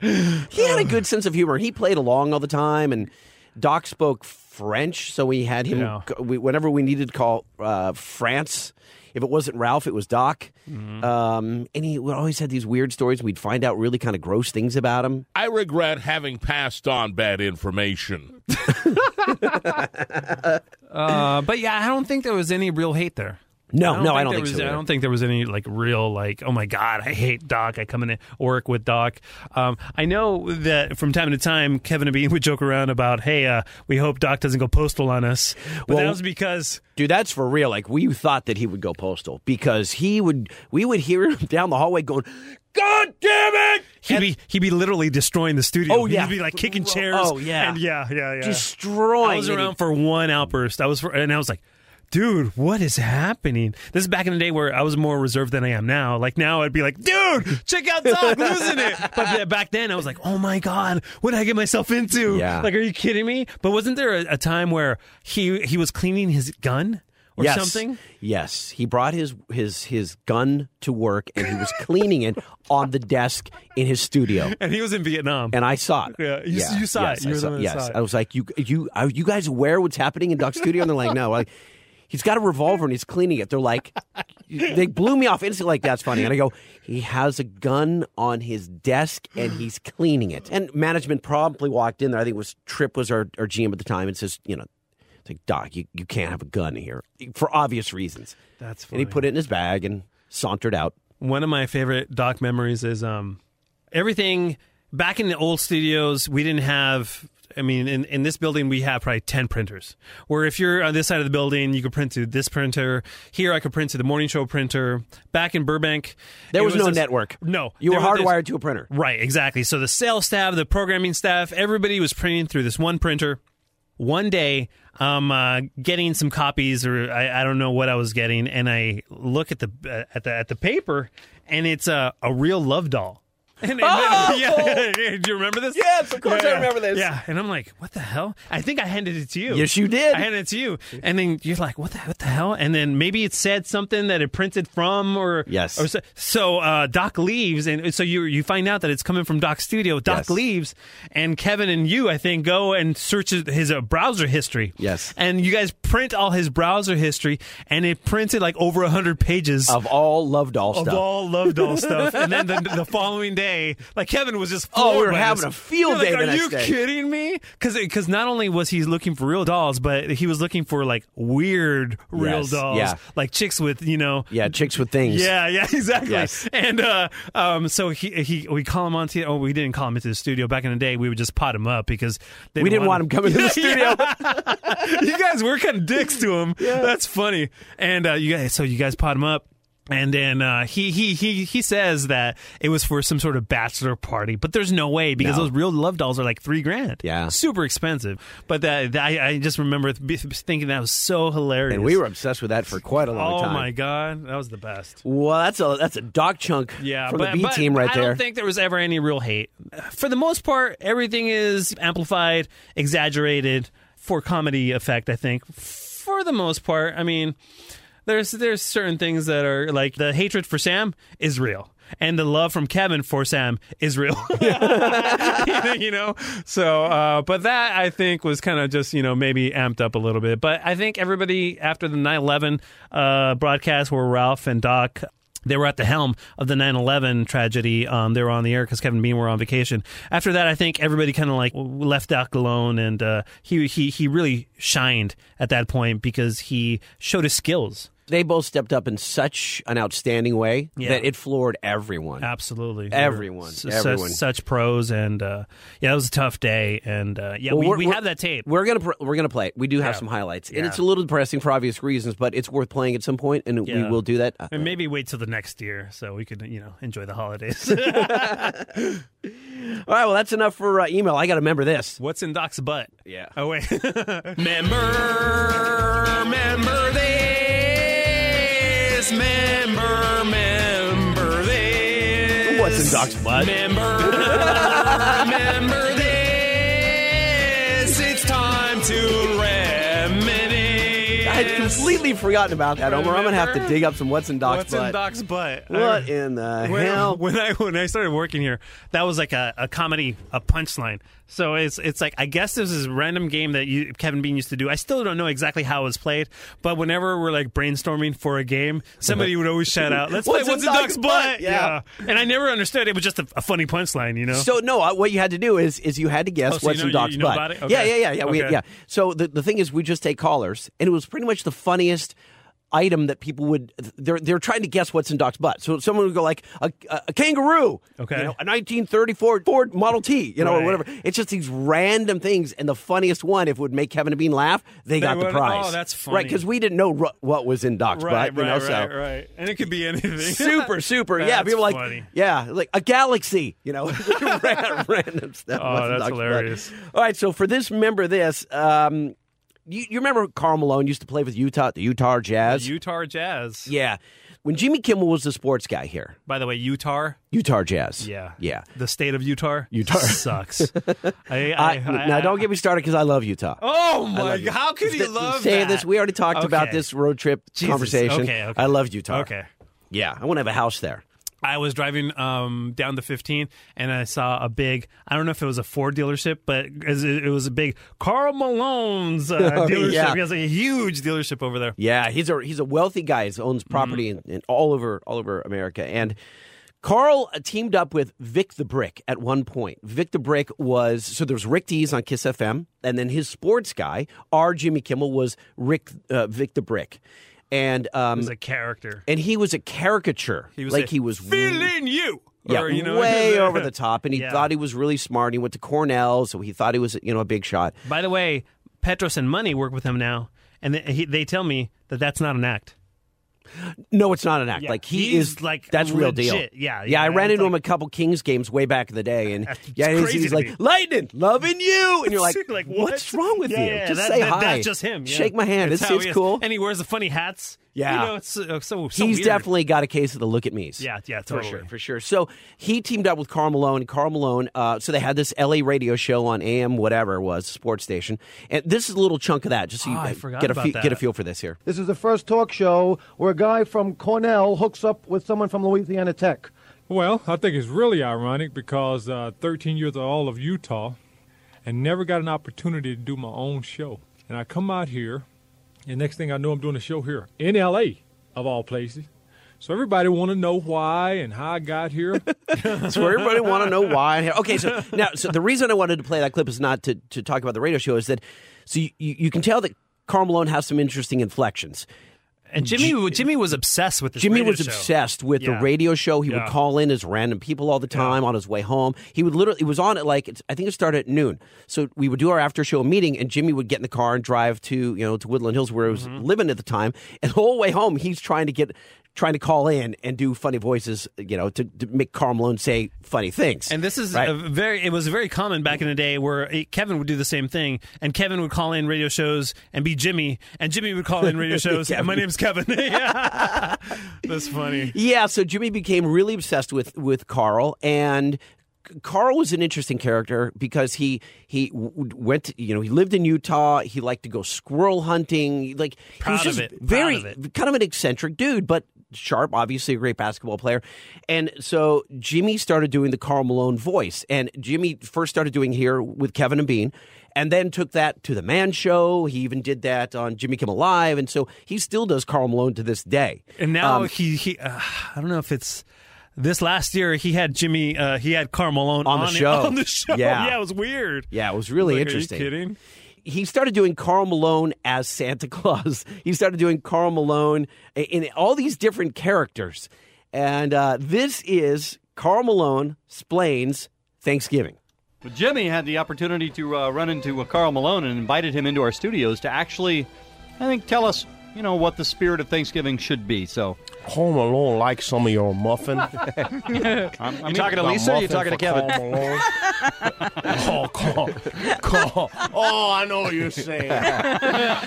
S1: he
S3: Um,
S1: had a good sense of humor. He played along all the time, and Doc spoke French, so we had him
S3: Yeah.
S1: we, whenever we needed to call uh, France. If it wasn't Ralph, it was Doc.
S3: Mm-hmm.
S1: Um, and he would always had these weird stories. We'd find out really kind of gross things about him.
S6: I regret having passed on bad information.
S3: Uh, but yeah, I don't think there was any real hate there.
S1: No, no, I don't
S3: there
S1: think
S3: was,
S1: so
S3: I
S1: either.
S3: don't think there was any like real like, oh my god, I hate Doc. I come in and work with Doc. Um, I know that from time to time, Kevin and Bean would joke around about, hey, uh, we hope Doc doesn't go postal on us. But that
S1: Well-
S3: was because
S1: Dude, that's for real. Like we thought that he would go postal because he would. We would hear him down the hallway going, "God damn it!"
S3: he'd be he'd be literally destroying the studio.
S1: Oh, yeah.
S3: he'd be like kicking chairs.
S1: Oh, yeah.
S3: and yeah, yeah, yeah.
S1: destroying.
S3: I was
S1: And he-
S3: around for one outburst. I was for, and I was like, dude, what is happening? This is back in the day where I was more reserved than I am now. Like now, I'd be like, dude, check out Doc losing it. But th- back then, I was like, oh my god, what did I get myself into?
S1: Yeah.
S3: Like, are you kidding me? But wasn't there a, a time where he he was cleaning his gun or
S1: yes.
S3: something?
S1: Yes, he brought his his his gun to work and he was cleaning it on the desk in his studio.
S3: And he was in Vietnam.
S1: And I saw it.
S3: Yeah, you- you saw
S1: yes,
S3: it. You
S1: I
S3: were the one that
S1: yes,
S3: saw it.
S1: I was like, you you are you guys aware what's happening in Doc's studio? And they're like, no. Like, he's got a revolver and he's cleaning it. They're like, they blew me off instantly. Like that's funny. And I go, he has a gun on his desk and he's cleaning it. And management promptly walked in there. I think it was Trip was our, our GM at the time and says, you know. It's like, Doc, you, you can't have a gun here for obvious reasons.
S3: That's
S1: And he put it in his bag and sauntered out.
S3: one of my favorite doc memories is um, everything back in the old studios we didn't have i mean in, in this building we have probably 10 printers where if you're on this side of the building you could print to this printer here i could print to the morning show printer back in burbank
S1: There
S3: it
S1: was, no
S3: this-
S1: network.
S3: no
S1: You were
S3: there was this-
S1: hardwired to a printer.
S3: Right, exactly. So the sales staff, the programming staff, everybody was printing through this one printer. One day, I'm uh, getting some copies, or I, I don't know what I was getting, and I look at the uh, at the at the paper, and it's a a real love doll. And, and then, yeah, do you remember this?
S1: Oh! Yes, of course I
S3: Yeah.
S1: remember this.
S3: Yeah, and I'm like, what the hell? I think I handed it to you.
S1: Yes, you did.
S3: I handed it to you, and then you're like, what the what the hell? And then maybe it said something that it printed from, or
S1: Yes.
S3: or so. so, uh, Doc leaves, and so you you find out that it's coming from Doc's studio. Doc
S1: Yes.
S3: leaves, and Kevin and you, I think, go and search his, his uh, browser history.
S1: Yes.
S3: and you guys print all his browser history, and it printed like over hundred pages
S1: Of all love doll
S3: of
S1: stuff.
S3: all Love Doll stuff. And then the, the following day, like Kevin was just
S1: Oh, we
S3: floored
S1: were
S3: by this.
S1: having a field
S3: You're like,
S1: day the
S3: Are
S1: next
S3: you
S1: day."
S3: kidding me? Because not only was he looking for real dolls, but he was looking for like weird real
S1: Yes,
S3: dolls,
S1: yeah.
S3: like chicks with you know.
S1: yeah, chicks with things.
S3: Yeah, yeah, exactly.
S1: Yes.
S3: And uh, um, so he he we call him onto oh we didn't call him into the studio back in the day we would just pot him up because they
S1: We didn't want him coming to the
S3: Yeah,
S1: studio.
S3: you guys were kind of dicks to him. That's funny. And uh, you guys, so you guys pot him up. And then uh, he he he he says that it was for some sort of bachelor party, but there's no way because
S1: No.
S3: those real love dolls are like three grand,
S1: Yeah.
S3: super expensive. But that, that- I, I just remember th- be- thinking that was so hilarious.
S1: And we were obsessed with that for quite a long
S3: oh
S1: time.
S3: my god, that was the best.
S1: Well, that's a that's a doc chunk
S3: Yeah,
S1: from
S3: but,
S1: the B
S3: but
S1: team right
S3: I
S1: there.
S3: don't think there was ever any real hate. For the most part, everything is amplified, exaggerated for comedy effect. I think for the most part, I mean, there's there's certain things that are like the hatred for Sam is real. And the love from Kevin for Sam is real, you know. So, uh, but that I think was kind of just you know maybe amped up a little bit. But I think everybody after the 9/11 uh, broadcast where Ralph and Doc they were at the helm of the 9-11 tragedy um, they were on the air because kevin bean were on vacation after that i think everybody kind of like left doc alone and uh, he, he, he really shined at that point because he showed his skills
S1: they both stepped up in such an outstanding way
S3: Yeah.
S1: that it floored everyone.
S3: absolutely
S1: Everyone,
S3: S-
S1: everyone.
S3: such pros and uh, yeah it was a tough day and uh, yeah
S1: Well, we're-
S3: we, we
S1: we're-
S3: have that tape
S1: We're gonna pr- we're gonna play it. We do have
S3: Yeah.
S1: some highlights, and
S3: Yeah.
S1: it's a little depressing for obvious reasons, but it's worth playing at some point, and we
S3: Yeah.
S1: will do that. Uh,
S3: and maybe wait till the next year so we could you know enjoy the holidays
S1: All right, well, that's enough for uh, email. I got to remember this.
S3: What's in Doc's butt?
S1: Yeah.
S3: Oh wait. member, member this. Member, member this.
S1: What's in Doc's butt?
S3: Member, member this. It's time to reminisce.
S1: I had completely forgotten about that, Omar. I'm gonna have to
S3: Remember?
S1: dig up some what's in Doc's
S3: What's
S1: butt.
S3: in Doc's butt?
S1: what in the
S3: when,
S1: Uh, hell?
S3: when I when I started working here, that was like a, a comedy a punchline. So it's it's like I guess this is a random game that you, Kevin Bean used to do. I still don't know exactly how it was played, but whenever we're like brainstorming for a game, somebody would always shout out, "Let's play
S1: What's in
S3: what's in
S1: Doc's
S3: Doc's
S1: butt?"
S3: butt?"
S1: Yeah.
S3: and I never understood. It was just a, a funny punchline, you know.
S1: So no, I, what you had to do is is you had to guess
S3: Oh, so
S1: what's
S3: you know-
S1: in Doc's
S3: you know
S1: butt.
S3: about it?
S1: Yeah, yeah,
S3: Okay.
S1: yeah, yeah. We,
S3: Okay.
S1: yeah. So the the thing is, we just take callers, and it was pretty much the funniest item that people would they're they're trying to guess what's in Doc's butt. So someone would go like a, a a kangaroo,
S3: Okay.
S1: you know, a 1934 Ford Model T, you know, or
S3: Right.
S1: whatever. It's just these random things, and the funniest one, if it would make Kevin and Bean laugh, they, got the
S3: would-
S1: prize.
S3: oh, that's
S1: right
S3: funny.
S1: because we didn't know ru- what was in Doc's
S3: right,
S1: butt, you
S3: right,
S1: know.
S3: right,
S1: so
S3: right, and it could be anything.
S1: super, super. yeah,
S3: That's
S1: people are like,
S3: funny.
S1: yeah, like a galaxy, you know, Ran- random stuff.
S3: Oh,
S1: What's in
S3: that's
S1: Doc's butt?
S3: hilarious.
S1: All right, so for this, remember this. Um, you, you remember Carl Malone used to play with Utah, the Utah Jazz?
S3: Utah Jazz.
S1: yeah. When Jimmy Kimmel was the sports guy here,
S3: By the way, Utah.
S1: Utah Jazz.
S3: Yeah,
S1: Yeah.
S3: The state of Utah.
S1: Utah.
S3: sucks. I, I,
S1: I,
S3: I-
S1: now, don't get me started because I love Utah.
S3: Oh
S1: I
S3: my!
S1: love
S3: God. How could he
S1: Th-
S3: love
S1: say
S3: that?
S1: this? We already talked about
S3: Okay.
S1: this road trip
S3: Jesus.
S1: conversation.
S3: Okay, okay.
S1: I love Utah.
S3: Okay.
S1: Yeah, I want to have a house there.
S3: I was driving um, down the 15 and I saw a big, I don't know if it was a Ford dealership, but as it it was a big Carl Malone's uh, dealership.
S1: Oh, yeah.
S3: He has a huge dealership over there. Mm-hmm.
S1: Yeah, he's a he's a wealthy guy. He owns property in, in all over all over America. And Carl teamed up with Vic the Brick at one point. Vic the Brick was so there was Rick Dees on Kiss FM, and then his sports guy, our Jimmy Kimmel, was Rick uh, Vic the Brick, and um,
S3: He's a character.
S1: and he was a caricature.
S3: He was
S1: like
S3: a
S1: he was
S3: Feeling you.
S1: yeah,
S3: Or, you know,
S1: way over the top, and he
S3: Yeah.
S1: thought he was really smart. He went to Cornell, so he thought he was, you know, a big shot.
S3: By the way, Petros and Money work with him now, and they, he, they tell me that that's not an act.
S1: No, it's not an act.
S3: Yeah,
S1: Like he
S3: he's,
S1: is
S3: like,
S1: that's real deal.
S3: legit. Yeah,
S1: yeah.
S3: yeah,
S1: I ran
S3: it's
S1: into him a
S3: like-
S1: couple Kings games way back in the day, and
S3: That's- it's
S1: yeah, he's,
S3: crazy
S1: he's
S3: to
S1: like
S3: me.
S1: lightning, loving you, and you're like,
S3: Like,
S1: what's
S3: what?
S1: wrong with
S3: Yeah,
S1: you?
S3: yeah,
S1: just
S3: that-
S1: say
S3: that-
S1: hi.
S3: That's just him. yeah.
S1: Shake my hand.
S3: It's
S1: It
S3: how
S1: seems
S3: he is.
S1: cool.
S3: And he wears the funny hats.
S1: Yeah.
S3: You know, it's so, so, so
S1: He's
S3: weird.
S1: definitely got a case of the look at me's.
S3: Yeah, yeah,
S1: For
S3: totally.
S1: sure, for sure. So he teamed up with Carl Malone. Carl Malone, uh, so they had this LA radio show on AM, whatever it was, sports station. And this is a little chunk of that, just so you
S3: Ah, I
S1: uh,
S3: forgot
S1: get, a
S3: about
S1: fe-
S3: that.
S1: get a feel for this here.
S7: This is the first talk show where a guy from Cornell hooks up with someone from Louisiana Tech.
S2: Well, I think it's really ironic because uh, 13 years of all of Utah and never got an opportunity to do my own show. And I come out here, and next thing I know, I'm doing a show here in LA, of all places. So everybody want to know why and how I got here.
S1: So everybody want to know why. Okay, so now, so the reason I wanted to play that clip is not to, to talk about the radio show, is that so you, you, you can tell that Carl Malone has some interesting inflections.
S3: And Jimmy, Jimmy was obsessed with this.
S1: Jimmy
S3: radio
S1: was
S3: show.
S1: obsessed with
S3: Yeah.
S1: the radio show. He
S3: Yeah.
S1: would call in as random people all the time on his way home. He would literally, it was on at like, it's- I think it started at noon. So we would do our after show meeting, and Jimmy would get in the car and drive to, you know, to Woodland Hills where he was
S3: Mm-hmm.
S1: living at the time. And the whole way home, he's trying to get, trying to call in and do funny voices, you know, to, to make Carl Malone say funny things.
S3: And this is
S1: Right.
S3: a very. It was very common back in the day where eh, Kevin would do the same thing, and Kevin would call in radio shows and be Jimmy, and Jimmy would call in radio shows. and my name's Kevin. yeah, that's funny.
S1: Yeah, so Jimmy became really obsessed with with Carl and Carl was an interesting character because he he w- went to- you know he lived in Utah he liked to go squirrel hunting like he was
S3: Proud of
S1: just
S3: it, proud
S1: very
S3: of it.
S1: kind of an eccentric dude but sharp obviously a great basketball player and so Jimmy started doing the Carl Malone voice and Jimmy first started doing here with Kevin and Bean and then took that to the Man Show he even did that on Jimmy Kimmel Live and so he still does Carl Malone to this day
S3: And now
S1: Um,
S3: he, he uh, I don't know if it's this last year he had Jimmy, uh, he had Carl Malone
S1: On the
S3: it-
S1: show.
S3: on the show.
S1: Yeah.
S3: it was weird.
S1: Yeah, it was really
S3: Like,
S1: interesting.
S3: Are you kidding?
S1: He started doing Carl Malone as Santa Claus. He started doing Carl Malone i- in all these different characters. And uh, this is Carl Malone Splains Thanksgiving.
S8: But Jimmy had the opportunity to uh, run into uh, Carl Malone and invited him into our studios to actually, I think, tell us, you know, what the spirit of Thanksgiving should be. So
S9: Carl Malone likes some of your muffin.
S8: I'm, I'm talking to
S9: The
S8: Lisa. You're
S9: muffin
S8: talking to
S9: for
S8: Kevin.
S9: Karl Malone. oh, Carl. Carl. Oh, I know what you're saying.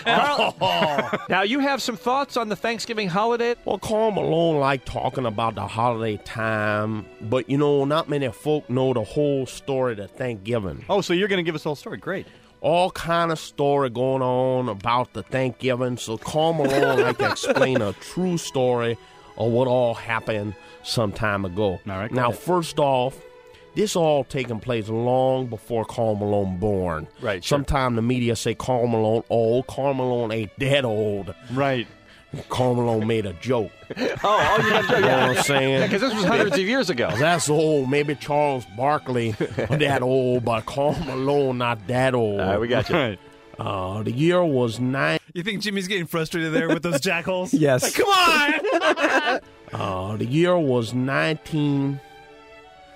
S9: Oh.
S5: Now, you have some thoughts on the Thanksgiving holiday?
S9: Well, Carl Malone like talking about the holiday time, but you know, not many folk know the whole story to Thanksgiving.
S8: Oh, so you're going to give us the whole story? Great.
S9: All kind of story going on about the Thanksgiving, so Carl Malone like to explain a true story of what all happened some time ago.
S8: All right, go
S9: now,
S8: ahead.
S9: first off, this all taking place long before Carl Malone born.
S8: Right, sure.
S9: Sometime the media say Carl Malone old. Carl Malone ain't dead old.
S8: Right.
S9: Carl Malone made a joke.
S5: Oh, oh, yeah,
S9: You know what I'm saying?
S5: because this was hundreds of years ago.
S9: That's old. Maybe Charles Barkley that old, but Carl Malone not that old.
S5: All right, we got you.
S8: Right.
S9: uh, the year was nine.
S3: You think Jimmy's getting frustrated there with those jackholes?
S1: Yes.
S3: Like, come on.
S9: Uh, the year was nineteen.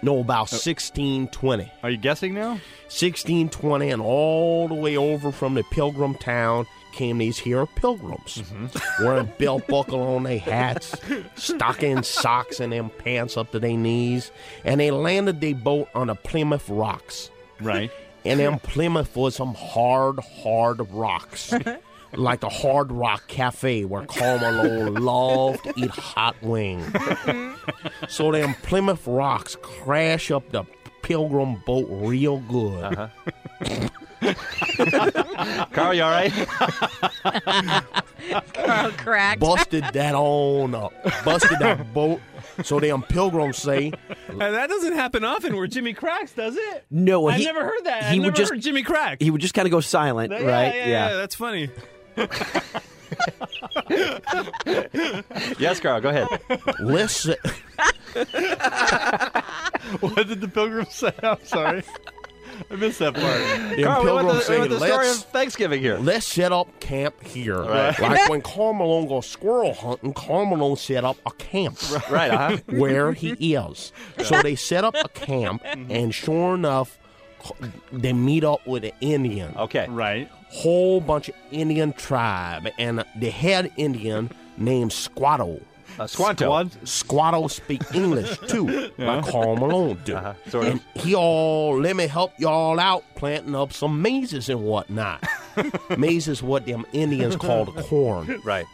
S9: No, about sixteen twenty.
S8: Oh. Are you guessing now?
S9: 1620 and all the way over from the pilgrim town came these here pilgrims
S8: Mm-hmm.
S9: wearing belt buckle on their hats stockings socks and them pants up to their knees and they landed their boat on the plymouth rocks
S8: Right.
S9: and them Plymouth was some hard, hard rocks. Like the Hard Rock Cafe where Carl Malone loved to eat hot wings.
S5: Mm-hmm.
S9: so them Plymouth Rocks crash up the pilgrim boat real good.
S5: Uh-huh.
S8: Carl, you all right?
S10: Carl cracked.
S9: Busted that on up. Busted that boat. So them pilgrims say,
S3: And that doesn't happen often where Jimmy cracks, does it?
S1: No, well,
S3: I've
S1: he-
S3: never heard that.
S1: he
S3: I've
S1: would
S3: never
S1: just-
S3: heard Jimmy crack.
S1: He would just kind of go silent,
S3: Yeah,
S1: right?
S3: Yeah, yeah, that's funny.
S5: Yes, Carl, go ahead.
S9: listen.
S8: what did the pilgrim say? I'm sorry. I missed that part.
S9: Them
S5: Carl, we want
S9: pilgrims
S5: the, we
S9: say,
S5: want the story of
S9: let's
S5: Thanksgiving here.
S9: Let's set up camp here. Like when Carl Malone goes squirrel hunting, Carl Malone set up a camp
S5: Right, uh-huh.
S9: where he is. So they set up a camp,
S5: Mm-hmm.
S9: and sure enough, they meet up with an Indian, a
S5: Okay.
S8: Right.
S9: whole bunch of Indian tribe, and the head Indian named Squatto.
S5: Uh, Squanto.
S8: Squad.
S9: Squatto speak English too, like Carl Malone do.
S5: sort of.
S9: And he all let me help y'all out planting up some mazes and whatnot. Maize is what them Indians called corn.
S10: Right.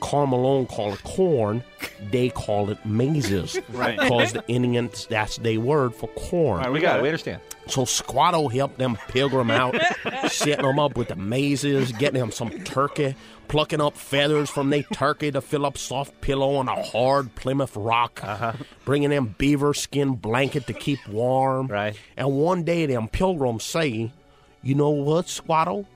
S9: Carmelone called it corn. They called it mazes.
S10: Right.
S9: Because the Indians, that's their word for corn.
S10: we got it. We understand.
S9: So Squatto helped them pilgrim out, setting them up with the mazes, getting them some turkey, plucking up feathers from their turkey to fill up soft pillow on a hard Plymouth rock, bringing them beaver skin blanket to keep warm.
S10: Right.
S9: And one day them pilgrims say, you know what, Squatto?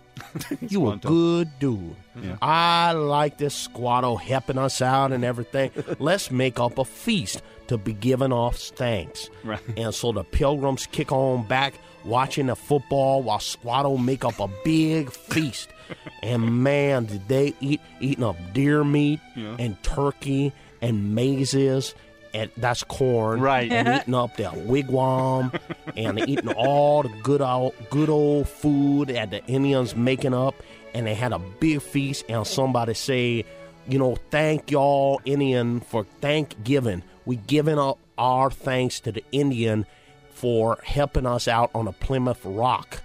S9: You a good dude. I like this squatto helping us out and everything. Let's make up a feast to be giving off thanks.
S8: Right.
S9: And so the pilgrims kick on back, watching the football while Squatto make up a big feast. And man, did they eat eating up deer meat and turkey and mazes. And that's corn,
S8: Right.
S9: And eating up their wigwam, and eating all the good old good old food that the Indians making up, and they had a big feast. And somebody say, you know, thank y'all Indian for thanksgiving. We giving up our thanks to the Indian for helping us out on a Plymouth Rock.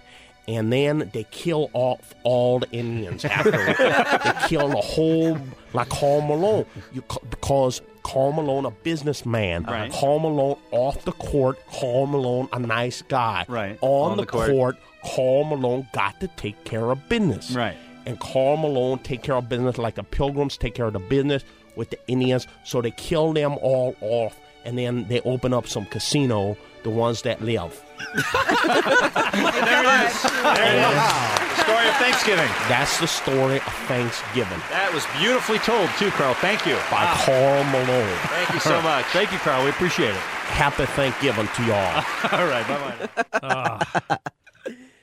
S9: And then they kill off all the Indians afterwards. they kill the whole, like Carl Malone, you, ca- because Carl Malone, a businessman,
S8: Right.
S9: Carl Malone off the court, Carl Malone, a nice guy.
S8: Right.
S9: On,
S8: On
S9: the,
S8: the court.
S9: court, Carl Malone got to take care of business
S8: Right.
S9: and Carl Malone take care of business like the Pilgrims take care of the business with the Indians. So they kill them all off, and then they open up some casino, the ones that live.
S10: There it is. There it is. Story of Thanksgiving.
S9: That's the story of Thanksgiving
S10: That was beautifully told, too, Carl. Thank you.
S9: by Carl Malone.
S10: Thank you so much.
S8: Thank you, Carl. We appreciate it.
S9: Happy Thanksgiving to y'all.
S10: All right. Bye bye.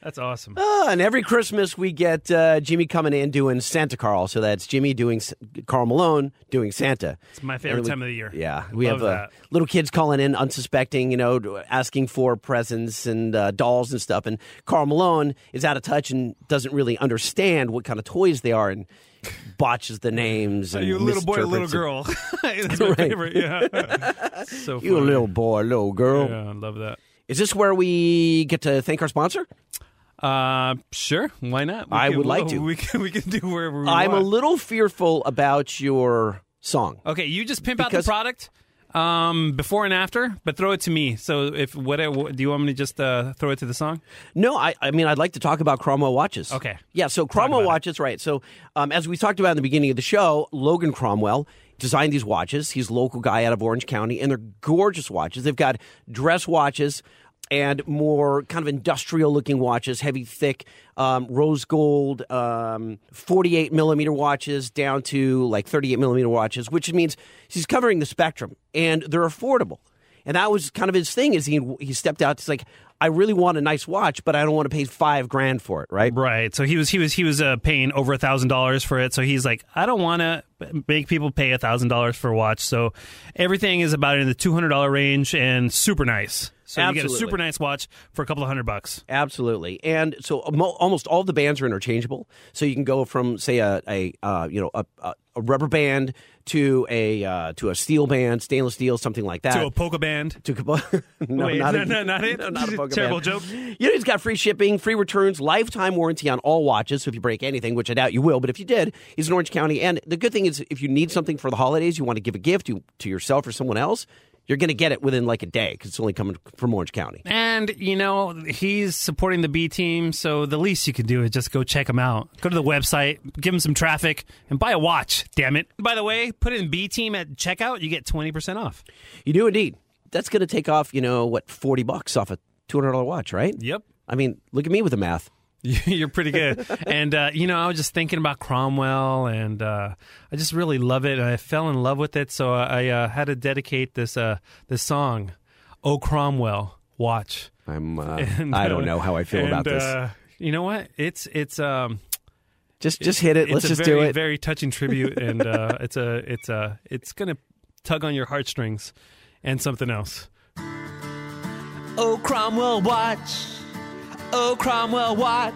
S3: That's awesome.
S1: Oh, and every Christmas we get uh, Jimmy coming in doing Santa Carl. So that's Jimmy doing S- Carl Malone doing Santa. It's
S3: my favorite time of the year.
S1: Yeah, we
S3: Love
S1: have uh,
S3: that.
S1: little kids calling in unsuspecting, you know, asking for presents and uh, dolls and stuff. And Carl Malone is out of touch and doesn't really understand what kind of toys they are and botches the names. and
S3: you little boy, little
S1: misinterprets
S3: girl.
S1: it.
S3: That's my
S1: Right.
S3: favorite. Yeah. so
S1: You a
S3: funny.
S1: little boy, little girl.
S3: Yeah, I love that.
S1: Is this where we get to thank our sponsor?
S3: Uh, sure. Why not? We
S1: I would like to.
S3: We can, we can do wherever we
S1: I'm a
S3: want.
S1: little fearful about your song.
S3: okay, you just pimp out the
S1: Because-
S3: product um, before and after, but throw it to me. So if what do you want me to just uh, throw it to the song?
S1: No, I, I mean, I'd like to talk about Cromwell watches.
S3: Okay.
S1: Yeah, so Cromwell watches, right. So, um, as we talked about in the beginning of the show, Logan Cromwell designed these watches. He's a local guy out of Orange County, and they're gorgeous watches. They've got dress watches and more kind of industrial looking watches, heavy, thick, um, rose gold, um, 48 millimeter watches down to like 38 millimeter watches, which means he's covering the spectrum, and they're affordable. And that was kind of his thing. Is he he stepped out? He's like, I really want a nice watch, but I don't want to pay five grand for it, right?
S3: Right. So he was he was he was uh, paying over a thousand dollars for it. So he's like, I don't want to make people pay a thousand dollars for a watch. So everything is about in the two hundred dollar range and super nice. So you get
S1: Absolutely.
S3: a super nice watch for a couple of hundred bucks.
S1: Absolutely. And so mo- almost all the bands are interchangeable. So you can go from say a, a uh, you know a, a a rubber band to a uh, to a steel band, stainless steel, something like that.
S3: to a polka band.
S1: to Kabul- no,
S3: Wait,
S1: not
S3: no,
S1: a,
S3: no, not it.
S1: No, not a Pokemon.
S3: Terrible joke.
S1: You know, he's got free shipping, free returns, lifetime warranty on all watches. So if you break anything, which I doubt you will, but if you did, he's in Orange County. And the good thing is, if you need something for the holidays, you want to give a gift to, to yourself or someone else, you're going to get it within like a day because it's only coming from Orange County.
S3: And you know he's supporting the B team, so the least you can do is just go check him out. Go to the website, give him some traffic, and buy a watch. Damn it! By the way, put in B team at checkout, you get twenty percent off.
S1: You do indeed. That's going to take off, you know, what, 40 bucks off a $200 watch, right?
S3: Yep.
S1: I mean, look at me with the math.
S3: You're pretty good. and, uh, you know, I was just thinking about Cromwell, and uh, I just really love it. And I fell in love with it. So I, I uh, had to dedicate this, uh, this song, Oh Cromwell, Watch.
S1: I'm, uh,
S3: And,
S1: I don't
S3: uh,
S1: know how I feel about
S3: and,
S1: this.
S3: uh, you know what? It's it's um
S1: just, just hit it.
S3: it's
S1: Let's
S3: a
S1: just
S3: very,
S1: do it.
S3: Very touching tribute, and uh, it's a it's a it's gonna tug on your heartstrings, and something else.
S5: Oh, Cromwell, watch. Oh, Cromwell, watch.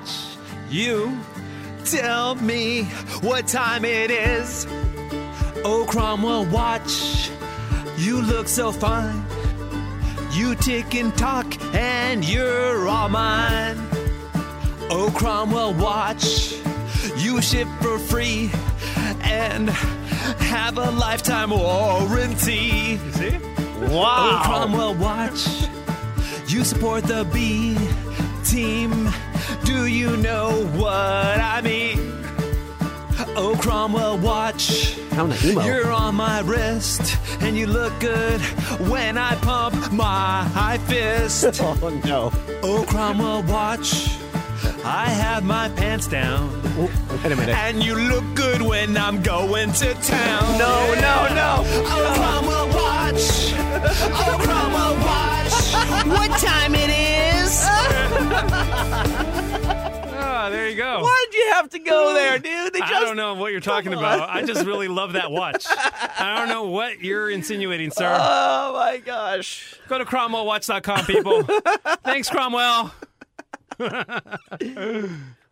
S5: You tell me what time it is. Oh, Cromwell, watch. You look so fine. You tick and talk, and you're all mine. Oh, Cromwell, watch you ship for free and have a lifetime warranty. You see?
S10: Wow.
S5: Oh, Cromwell, watch you support the B team. Do you know what I mean? Oh, Cromwell, watch.
S1: Kinda emo.
S5: You're on my wrist, and you look good when I pump my high fist.
S1: oh, no.
S5: Oh, Cromwell, watch. I have my pants down.
S1: Wait a minute.
S5: And you look good when I'm going to town.
S10: No, no, no.
S5: Oh, Cromwell, watch. Oh, Cromwell, watch. what time it is?
S3: Ah, there you go.
S1: Why'd you have to go there, dude? They just
S3: I don't know what you're talking about. I just really love that watch. I don't know what you're insinuating, sir.
S1: Oh my gosh.
S3: Go to CromwellWatch.com, people. Thanks, Cromwell.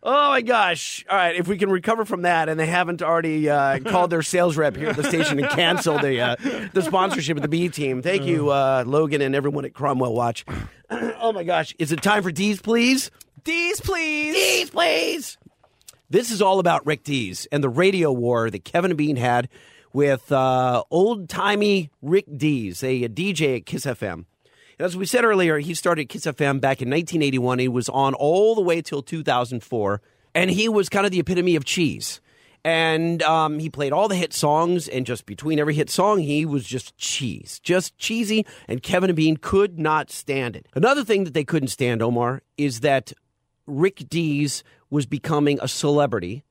S1: Oh my gosh. All right, if we can recover from that and they haven't already uh, called their sales rep here at the station and canceled the uh, the sponsorship of the B team. Thank you uh, Logan and everyone at Cromwell Watch. oh my gosh. Is it time for D's please?
S5: These, please.
S1: Dees, please. This is all about Rick Dees and the radio war that Kevin and Bean had with uh, old timey Rick Dees, a, a DJ at Kiss FM. And as we said earlier, he started Kiss FM back in 1981. He was on all the way till 2004, and he was kind of the epitome of cheese. And um, he played all the hit songs, and just between every hit song, he was just cheese, just cheesy. And Kevin and Bean could not stand it. Another thing that they couldn't stand, Omar, is that Rick Dees was becoming a celebrity,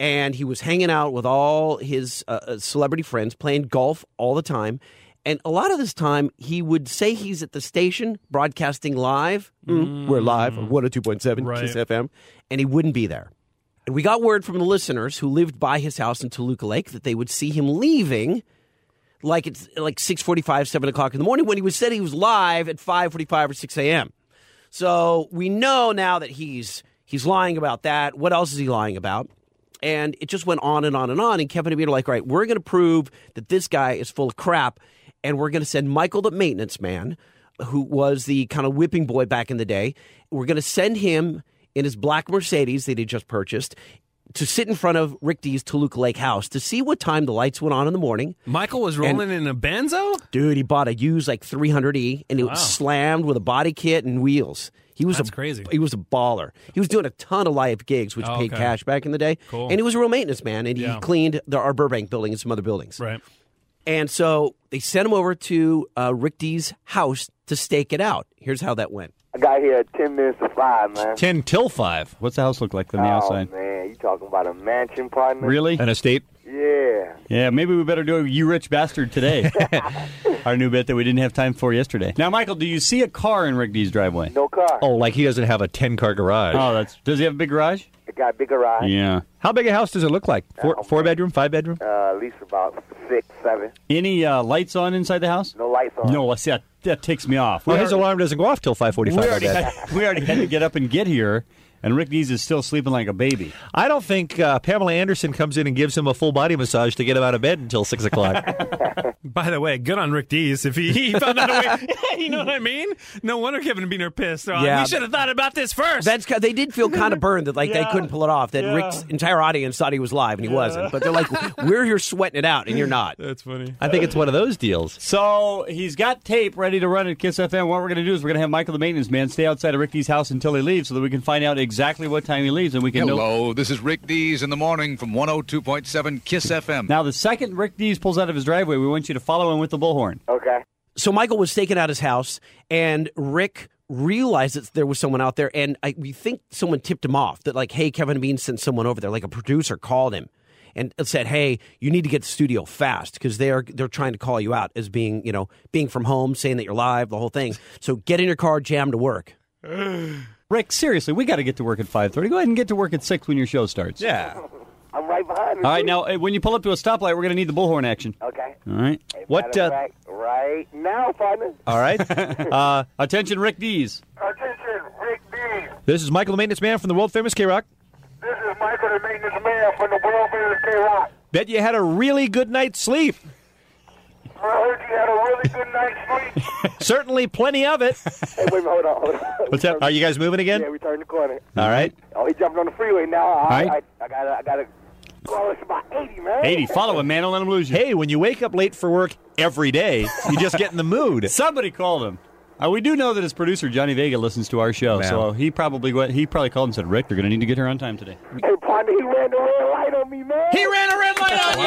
S1: and he was hanging out with all his uh, uh, celebrity friends, playing golf all the time. And a lot of this time, he would say he's at the station broadcasting live. Mm, We're live on 102.7
S3: Right.
S1: Kiss FM, and he wouldn't be there. And we got word from the listeners who lived by his house in Toluca Lake that they would see him leaving like it's like 6.45, 7 o'clock in the morning when he was said he was live at 5.45 or 6 a.m. So we know now that he's he's lying about that. What else is he lying about? And it just went on and on and on. And Kevin and Bean are like, all right, we're going to prove that this guy is full of crap, and we're going to send Michael, the maintenance man, who was the kind of whipping boy back in the day. We're going to send him in his black Mercedes that he just purchased to sit in front of Rick D's Toluca Lake house to see what time the lights went on in the morning.
S3: Michael was rolling in a benzo?
S1: Dude, he bought a used like 300e and it was slammed with a body kit and wheels. He was
S3: That's
S1: a,
S3: crazy.
S1: He was a baller. He was doing a ton of live gigs, which
S3: Oh,
S1: paid
S3: okay.
S1: cash back in the day.
S3: Cool.
S1: And he was a real maintenance man, and
S3: Yeah.
S1: he cleaned the, our Burbank building and some other buildings.
S3: Right.
S1: And so they sent him over to uh, Rick D's house to stake it out. Here's how that went.
S11: I got here at 10 minutes to 5, man.
S8: 10 till 5. What's the house look like from the outside?
S11: Oh, man, you talking about a mansion, partner?
S8: Really? An estate?
S11: Yeah.
S8: Yeah, maybe we better do a You Rich Bastard today. Our new bit that we didn't have time for yesterday. Now, Michael, do you see a car in Rick D's driveway?
S11: No car.
S12: Oh, like he doesn't have a 10 car garage.
S8: Oh, that's. Does he have a big garage?
S11: It got a big garage.
S8: Yeah.
S12: How big a house does it look like? Four, four bedroom, five bedroom?
S11: Uh, at least about 6, 7.
S8: Any uh, lights on inside the house?
S11: No lights on.
S8: No, see, that, that takes me off.
S12: Well,
S8: We
S12: his
S8: already-
S12: alarm doesn't go off till 5:45.
S8: we
S12: I
S8: already,
S12: bet.
S8: had, we already had to get up and get here, and Rick Dees is still sleeping like a baby.
S12: I don't think uh, Pamela Anderson comes in and gives him a full body massage to get him out of bed until six o'clock.
S3: By the way, good on Rick Dees if he, he found out a way. you know what I mean? No wonder Kevin and Bean are pissed. Uh, They're like,
S1: Yeah.
S3: We should have thought about this first.
S1: That's ki- they did feel kind of burned that like they
S3: Yeah.
S1: couldn't pull it off. That
S3: Yeah.
S1: Rick's entire audience thought he was live and he wasn't. But they're like, we're here sweating it out and you're not.
S3: That's funny.
S12: I think it's one of those deals.
S8: So he's got tape ready to run at Kiss FM. What we're going to do is we're going to have Michael, the maintenance man, stay outside of Rick Dees' house until he leaves, so that we can find out exactly what time he leaves, and we can know.
S13: Hello, this is Rick Dees in the morning from oh- 102.7 Kiss FM.
S8: Now, the second Rick Dees pulls out of his driveway, we want you to follow him with the bullhorn.
S11: Okay.
S1: So Michael was taking out his house, and Rick realized that there was someone out there, and I, we think someone tipped him off that like, hey, Kevin Bean sent someone over there. Like a producer called him and said, hey, you need to get to the studio fast because they are they're trying to call you out as being you know being from home, saying that you're live, the whole thing. So get in your car, jam to work.
S8: Rick, seriously, we got to get to work at five thirty. Go ahead and get to work at six when your show starts.
S12: Yeah.
S11: I'm right behind
S8: All
S11: you.
S8: right. Now, eh, when you pull up to a stoplight, we're going to need the bullhorn action.
S11: Okay.
S8: All right. uh,
S11: Matter of fact, right now, partner.
S8: All right. uh, attention, Rick Dees.
S11: Attention, Rick B.
S12: This is Michael, the maintenance man from the world famous K Rock.
S11: This is Michael, the maintenance man from the World Famous K-Rock.
S12: Bet you had a really good night's sleep.
S11: I heard you had a really good night's sleep.
S12: Certainly, plenty of it.
S11: hey, wait a minute, hold on, hold on.
S12: What's up? Are you guys moving again?
S11: Yeah, we turned the corner.
S12: All right.
S11: Oh, he jumping on the freeway now. I,
S12: Right.
S11: I, I gotta, I gotta. Well, it's about eighty, man.
S12: him, man. Don't let him lose you. Hey, when you wake up late for work every day, you just get in the mood.
S8: Somebody called him. Uh, we do know that his producer Johnny Vega listens to our show, so he probably went, he probably called and said, "Rick, you're going to need to get here on time today."
S11: Hey, partner, he ran the red light on me, man.
S8: He ran a red light on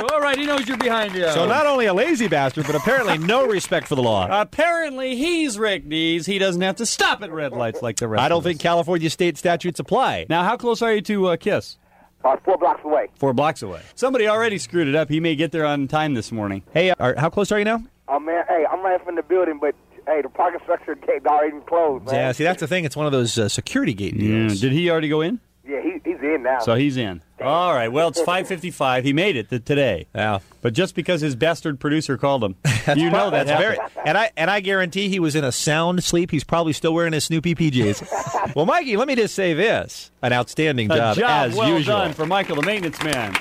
S8: you. All right, he knows you're behind you.
S12: So not only a lazy bastard, but apparently no respect for the law.
S8: apparently he's Rick Dees. He doesn't have to stop at red lights like the rest.
S12: I
S8: of
S12: don't
S8: us.
S12: think California state statutes apply.
S8: Now, how close are you to uh, Kiss?
S11: Uh, four blocks away.
S8: Four blocks away. Somebody already screwed it up. He may get there on time this morning.
S12: Hey, uh, how close are you now?
S11: Oh man, hey, I'm right from the building, but hey, the parking structure gate's already closed, man.
S12: Yeah, see, that's the thing. It's one of those uh, security gate deals.
S8: Did he already go in?
S11: Yeah, he, he's in now.
S8: So he's in. All right. Well, it's 5:55. He made it th- today.
S12: Yeah.
S8: But just because his bastard producer called him, you know that
S12: that's very.
S8: happened.
S12: And I and I guarantee he was in a sound sleep. He's probably still wearing his Snoopy PJs. well, Mikey, let me just say this: an outstanding
S8: A
S12: job,
S8: job
S12: as
S8: well
S12: usual.
S8: done for Michael, the maintenance man.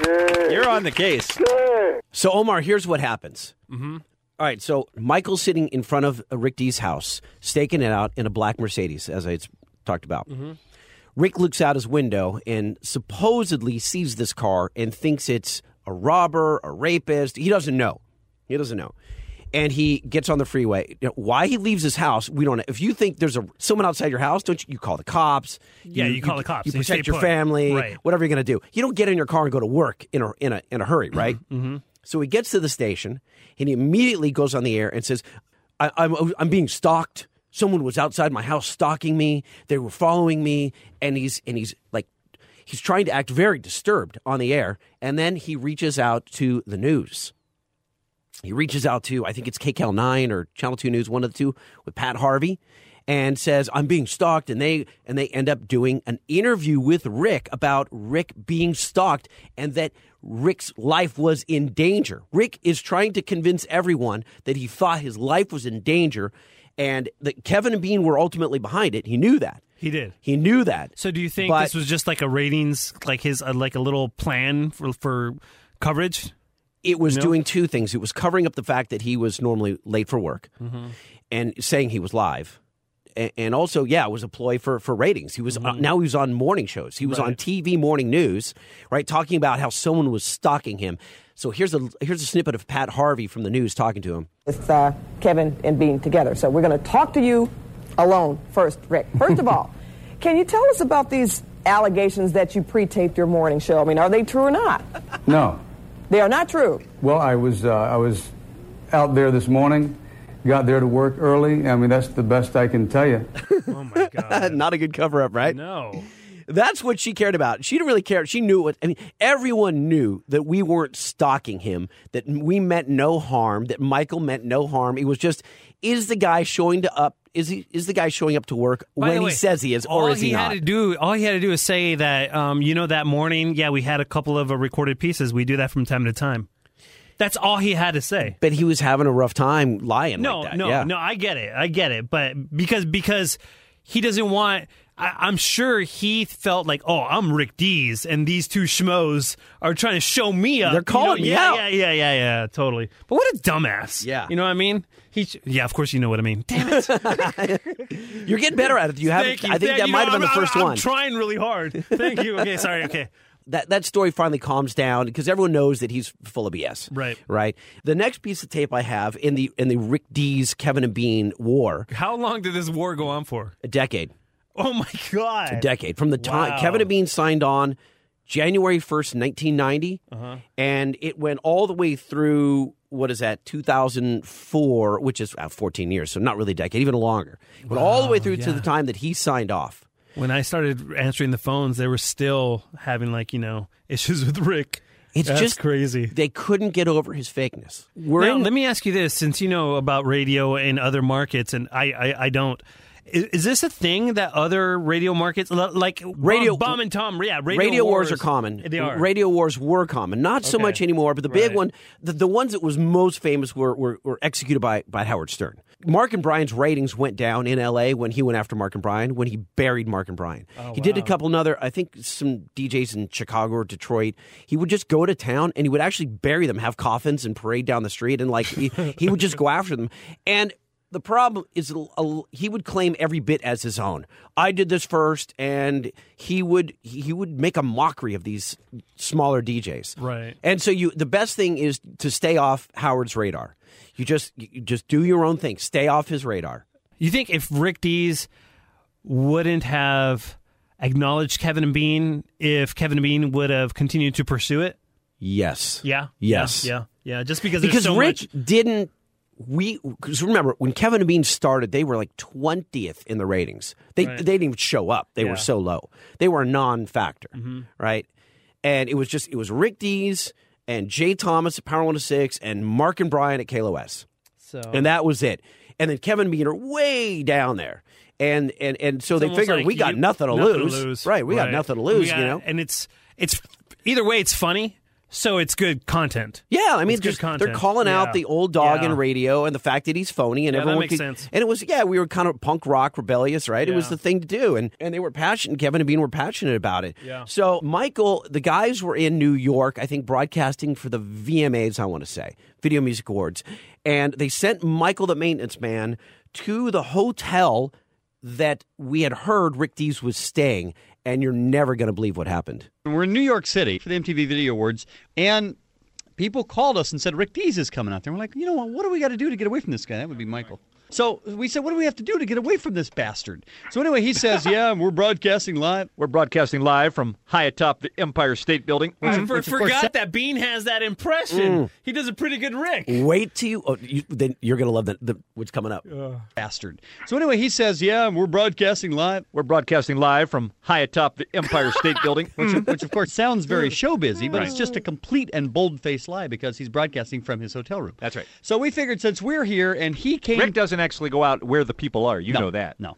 S12: You're on the case.
S1: So, Omar, here's what happens. Mm-hmm. All right, so Michael's sitting in front of uh, Rick D's house, staking it out in a black Mercedes, as I s- talked about.
S5: Mhm.
S1: Rick looks out his window and supposedly sees this car and thinks it's a robber, a rapist. He doesn't know. He doesn't know. And he gets on the freeway. You know, why he leaves his house, we don't know. If you think there's a someone outside your house, don't you, you call the cops?
S3: Yeah, you call the cops.
S1: You
S3: They stay
S1: protect your
S3: put.
S1: family.
S3: Right.
S1: Whatever you're going to do, you don't get in your car and go to work in a in a in a hurry, right?
S3: Mhm.
S1: So he gets to the station and he immediately goes on the air and says, I, I'm, I'm being stalked. Someone was outside my house stalking me. They were following me. And he's, and he's like, he's trying to act very disturbed on the air. And then he reaches out to the news. He reaches out to, I think it's KCAL9 or Channel 2 News, one of the two, with Pat Harvey and says i'm being stalked and they and they end up doing an interview with rick about rick being stalked and that rick's life was in danger rick is trying to convince everyone that he thought his life was in danger and that kevin and bean were ultimately behind it he knew that
S3: He did.
S1: he knew that
S3: So do you think
S1: But-
S3: this was just like a ratings, like his, uh, like a little plan for for coverage?
S1: it was
S3: No?
S1: doing two things it was covering up the fact that he was normally late for work
S3: Mhm.
S1: and saying he was live A- and also yeah it was a ploy for, for ratings he was uh,
S3: Mm-hmm.
S1: now he was on morning shows he was on tv morning news right talking about how someone was stalking him so here's a here's a snippet of pat harvey from the news talking to him
S14: with uh, Kevin and Bean together. So we're going to talk to you alone first, Rick. First of all, can you tell us about these allegations that you pre-taped your morning show? I mean, are they true or not?
S15: No.
S14: They are not true.
S15: Well, I was uh, I was out there this morning. Got there to work early. I mean, that's the best I can tell you.
S1: not a good cover up right
S3: no
S1: that's what she cared about she didn't really care she knew what i mean everyone knew that we weren't stalking him that we meant no harm that michael meant no harm it was just is the guy showing to up is he is the guy showing up to work
S3: By the
S1: when
S3: way,
S1: he says he is
S3: all
S1: or is he, not
S3: had to do all he had to do is say that um, you know that morning yeah we had a couple of uh, recorded pieces we do that from time to time that's all he had to say
S1: but he was having a rough time lying
S3: no
S1: like that.
S3: no
S1: yeah.
S3: no i get it i get it but because because he doesn't want I, i'm sure he felt like oh i'm rick dees and these two schmoes are trying to show me up
S1: They're calling me
S3: you know? yeah,
S1: out.
S3: yeah yeah yeah yeah totally but what a dumbass
S1: Yeah.
S3: you know what i mean he sh- yeah of course you know what i mean damn it
S1: You're getting better at it. You
S3: Mm-hmm.
S1: haven't.
S3: Thank you,
S1: I think
S3: thank
S1: that
S3: you.
S1: might have
S3: No,
S1: been the
S3: I'm-
S1: 1st
S3: I'm
S1: one.
S3: trying really hard. Thank you. Okay, sorry. Okay.
S1: That that story finally calms down because everyone knows that he's full of BS.
S3: Right.
S1: Right. The next piece of tape I have in the in the Rick D's Kevin and Bean war,
S3: How long did this war go on for?
S1: a decade.
S3: Oh my god.
S1: A decade from the time
S3: Wow.
S1: Kevin and Bean signed on January 1st, 1990.
S3: Uh-huh.
S1: and it went all the way through what is that 2004 which is uh, 14 years so not really a decade even longer but all the way
S3: Wow,
S1: through to
S3: yeah.
S1: the time that he signed off
S3: When I started answering the phones, they were still having like, you know, issues with Rick.
S1: It's
S3: That's
S1: just
S3: crazy.
S1: They couldn't get over his fakeness. We're
S3: now,
S1: in-
S3: let me ask you this, since you know about radio and other markets, and I, I, I don't. Is, is this a thing that other radio markets li- like
S1: Radio-
S3: Bomb, Bomb and Tom? Yeah, radio,
S1: Radio, wars, are common.
S3: They are.
S1: Radio wars were common, not so
S3: Okay.
S1: much anymore. But the big one, the, the ones that was most famous were, were were executed by by Howard Stern. Mark and Brian's ratings went down in L.A. when he went after Mark and Brian, when he buried Mark and Brian.
S3: Oh,
S1: he did a couple another, I think, some DJs in Chicago or Detroit. He would just go to town and he would actually bury them, have coffins, and parade down the street, and like he, he would just go after them and. The problem is a- a- he would claim every bit as his own. I did this first, and he would he would make a mockery of these smaller DJs.
S3: Right.
S1: And so you the best thing is to stay off Howard's radar. You just you just do your own thing. Stay off his radar.
S3: You think if Rick Dees wouldn't have acknowledged Kevin and Bean, if Kevin and Bean would have continued to pursue it?
S1: Yes.
S3: Yeah.
S1: Yes.
S3: Yeah. Yeah. Just because there's
S1: because
S3: so much-
S1: Rich didn't. We because remember when Kevin and Bean started, they were like twentieth in the ratings. They
S3: Right.
S1: they didn't even show up. They
S3: Yeah.
S1: were so low. They were a non-factor,
S3: Mhm.
S1: right? And it was just it was Rick Dees and Jay Thomas at Power 106 and Mark and Brian at KLOS.
S3: So
S1: And that was it. And then Kevin and Bean are way down there. And and and so
S3: It's
S1: they
S3: almost
S1: figured
S3: like
S1: we got
S3: you-
S1: nothing, to, lose. Right, we got
S3: Right.
S1: nothing to
S3: We
S1: lose,
S3: got-
S1: you know.
S3: And it's it's either way, it's funny, so it's good content.
S1: Yeah, I mean,
S3: it's good
S1: just-
S3: content.
S1: they're calling
S3: Yeah.
S1: out the old dog
S3: Yeah.
S1: in radio and the fact that he's phony and
S3: Yeah, that
S1: everyone
S3: makes
S1: could-
S3: sense.
S1: And it was yeah, we were kind of punk rock rebellious, right? It was
S3: Yeah.
S1: the thing to do, and and they were passionate. Kevin and Bean were passionate about it.
S3: Yeah.
S1: So Michael, the guys were in New York, I think, broadcasting for the VMAs. I want to say Video Music Awards, and they sent Michael, the maintenance man, to the hotel that we had heard Rick Dees was staying. And you're never going to believe what happened.
S8: We're in New York City for the MTV Video Awards, and people called us and said Rick Dees is coming out there. We're like, you know what? What do we got to do to get away from this guy? That would be Michael. So we said, what do we have to do to get away from this bastard? So anyway, he says, yeah, we're broadcasting live.
S7: We're broadcasting live from high atop the Empire State Building.
S1: Hmm.
S3: I
S7: which-
S3: for-
S7: which, of course,
S3: forgot
S7: sa-
S3: that Bean has that impression.
S7: Mm.
S3: He does a pretty good Rick.
S1: Wait till you, oh, you then you're going to love the, the what's coming up.
S8: Bastard. So anyway, he says, yeah, we're broadcasting live.
S7: We're broadcasting live from high atop the Empire State Building.
S8: Which, which of course sounds very show busy, but it's
S7: Right.
S8: just a complete and bold-faced lie because he's broadcasting from his hotel room.
S7: That's right.
S8: So we figured since we're here and he came
S7: Rick doesn't actually go out where the people are. You
S8: No,
S7: know that.
S8: No.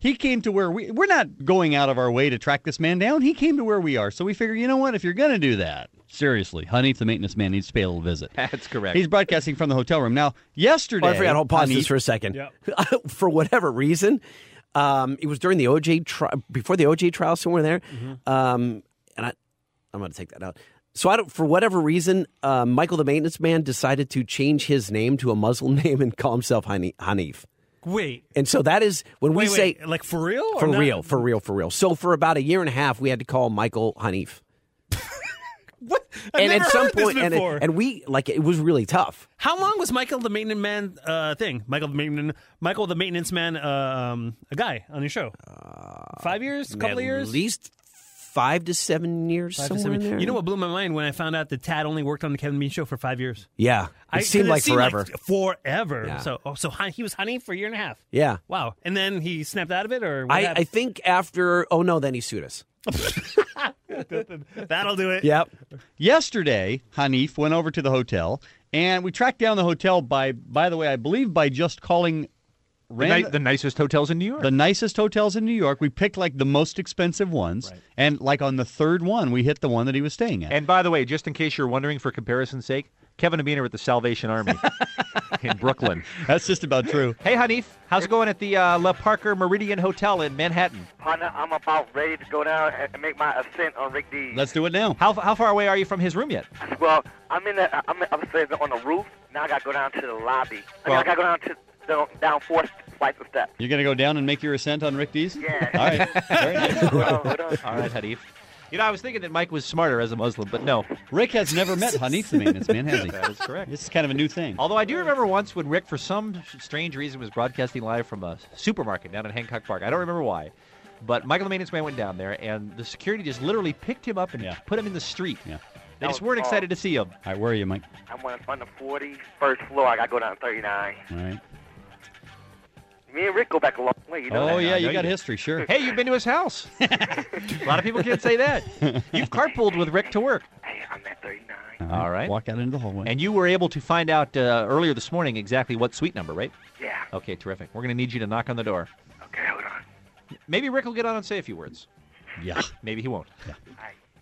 S8: He came to where we, we're not going out of our way to track this man down. He came to where we are. So we figure, you know what? If you're going to do that, seriously, Hanif, the maintenance man, needs to pay a little visit.
S7: That's correct.
S8: He's broadcasting from the hotel room. Now, yesterday.
S1: Oh, I forgot. I'll pause this
S8: Hanif-
S1: for a second. for whatever reason, um, it was during the OJ trial, before the OJ trial, somewhere there.
S3: Mm-hmm.
S1: Um, and I, I'm going to take that out. So I don't, for whatever reason, uh, Michael the maintenance man decided to change his name to a Muslim name and call himself Hani- Hanif.
S3: Wait,
S1: And so that is when we
S3: wait, Oh,
S1: say
S3: wait, like for real? or
S1: for
S3: not?
S1: real, for real, for real. So for about a year and a half, we had to call Michael Hanif.
S3: I've
S1: and
S3: never
S1: at some
S3: heard this
S1: point- and,
S3: before.
S1: and we like it was really tough.
S3: How long was Michael the maintenance man uh, thing? Michael the maintenance Michael the maintenance man uh, um, a guy on your show? Five years, couple
S1: Uh, at
S3: of years,
S1: least five to seven years,
S3: Five to
S1: somewhere
S3: seven-
S1: in there.
S3: You know what blew my mind when I found out that Tad only worked on the Kevin Bean show for five years.
S1: Yeah, it
S3: I- 'cause
S1: seemed like forever.
S3: forever.
S1: Yeah.
S3: So, oh, so hon- he was honey for a year and a half.
S1: Yeah.
S3: Wow. And then he snapped out of it, or what
S1: I, I
S3: happened?
S1: think after oh no, then he sued us.
S3: that'll do it.
S1: Yep.
S8: Yesterday, Hanif went over to the hotel and we tracked down the hotel by, by the way, I believe by just calling.
S7: The, ni- the nicest hotels in New York.
S8: The nicest hotels in New York. We picked like the most expensive ones, and like on the third one, we hit the one that he was staying at.
S7: and by the way, just in case you're wondering, for comparison's sake, Kevin and Bean are at the Salvation Army in Brooklyn.
S8: That's just about true.
S7: Hey, Hanif, how's it going at the uh, La Parker Meridian Hotel in Manhattan?
S16: Hannah, I'm about ready to go down and make my ascent on Rick D.
S8: Let's do it now.
S7: How, how far away are you from his room yet?
S16: Well, I'm in the, I'm upstairs on the roof. Now I gotta go down to the lobby. I, mean,
S8: Well-
S16: I gotta go down to the, down four flights of steps.
S8: You're gonna go down and make your ascent on Rick Dees?
S16: Yeah.
S8: All right. Very nice.
S7: All right, Hanif. You know, I was thinking that Mike was smarter as a Muslim, but no.
S8: Rick has never met Hanif the maintenance man, has he?
S7: That is correct.
S8: This is kind of a new thing.
S7: Although I do remember once when Rick, for some strange reason, was broadcasting live from a supermarket down in Hancock Park. I don't remember why. But Michael the maintenance man went down there, and the security just literally picked him up and put him in the street. They
S16: That
S7: just
S16: was
S7: weren't
S16: all.
S7: excited to see him.
S8: All right, where are you, Mike?
S16: I'm on, on the 41st floor. I gotta go down 39.
S8: All right.
S16: Me and Rick go back a long way. You know
S8: Oh,
S16: that.
S8: sure.
S7: Hey, you've been to his house. a lot of people can't say that. You've carpooled with Rick to work. All right.
S8: Walk out into the hallway.
S7: And you were able to find out uh, earlier this morning exactly what suite number, right?
S16: Yeah.
S7: Okay, terrific. We're going to need you to knock on the door.
S16: Okay,
S17: Maybe Rick will get on and say a few words.
S8: Yeah.
S17: Maybe he won't.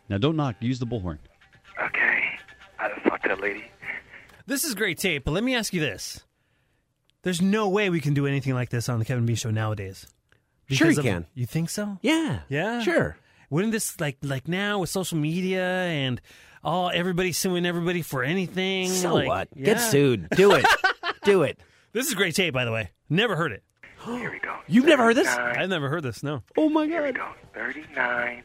S8: Now don't knock. Use the bullhorn.
S16: I just fucked that lady.
S3: This is great tape, but let me ask you this. There's no way we can do anything like this on the Kevin Bean show nowadays.
S1: Sure you
S3: of-
S1: can.
S3: You think so?
S1: Yeah.
S3: Yeah.
S1: Sure.
S3: Wouldn't this like like now with social media and all everybody suing everybody for anything?
S1: So
S3: like,
S1: what?
S3: yeah.
S1: Get sued. Do it. Do it.
S3: This is great tape, by the way. Never heard it.
S16: Here we go.
S3: You've
S1: never heard this?
S3: I've never heard this. No.
S1: Oh my god.
S16: 3909.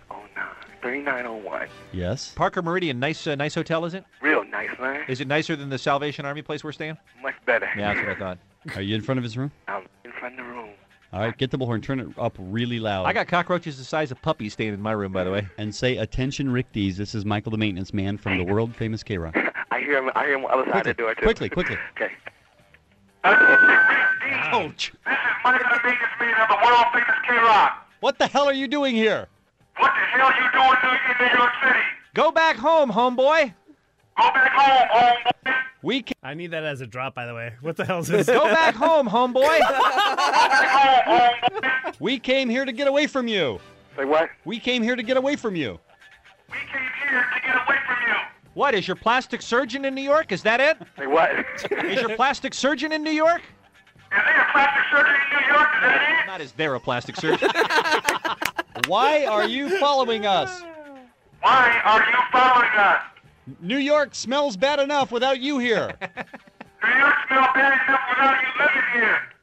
S16: 3901.
S8: Yes.
S17: Parker Meridian, nice uh, nice hotel, is it?
S16: Real nice, man.
S17: Is it nicer than the Salvation Army place we're staying?
S16: Much better.
S17: Yeah, that's what I thought.
S8: Are you in front of his room?
S16: I'm in front of the room.
S8: All right. Get the bullhorn. Turn it up really loud.
S17: I got cockroaches the size of puppies staying in my room, by the way.
S8: And say, attention, Rick Dees. This is Michael, the maintenance man from the world famous K Rock.
S16: I hear him. I hear him on the other side of the door too.
S8: Quickly, quickly.
S16: Okay.
S3: Oh,
S8: Ouch.
S16: Michael the Venus Man of the world famous K Rock.
S8: What the hell are you doing here?
S16: What the hell you doing in New York City?
S17: Go back home, homeboy.
S16: Go back home, homeboy.
S8: We can-
S3: I need that as a drop, by the way. What the hell is this?
S8: Go back home, homeboy. we came here to get away from you.
S16: Say what?
S8: We came here to get away from you.
S17: What is your plastic surgeon in New York? Is that it?
S16: Say what?
S17: Is your plastic surgeon in New York? Not is there a plastic surgeon?
S8: Why are you following us?
S16: Why are you following us?
S8: New York smells bad enough without you here.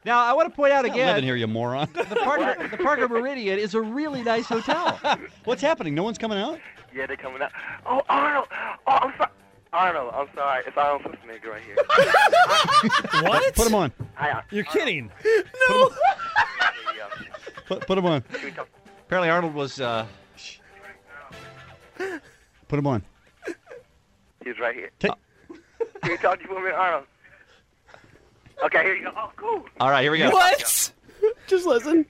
S17: Now I want to point out
S8: Not
S17: again.
S8: living here, you moron.
S17: The Parker, the Parker Meridian is a really nice hotel.
S8: What's happening? No one's coming out.
S16: Yeah, they're coming out. Oh, Arnold. Oh, I'm sorry. Arnold, Oh, I'm sorry. It's Arnold Schwarzenegger right here.
S8: What? Put him on.
S16: I,
S3: You're kidding.
S16: no.
S8: Put, put him on.
S17: Apparently Arnold was. Uh,
S8: Put him on.
S16: He's right here.
S8: Ta-
S16: Can you talk to you for a minute, Arnold? Okay, here you go. Oh, cool.
S17: all right, here we go.
S1: What? Just listen.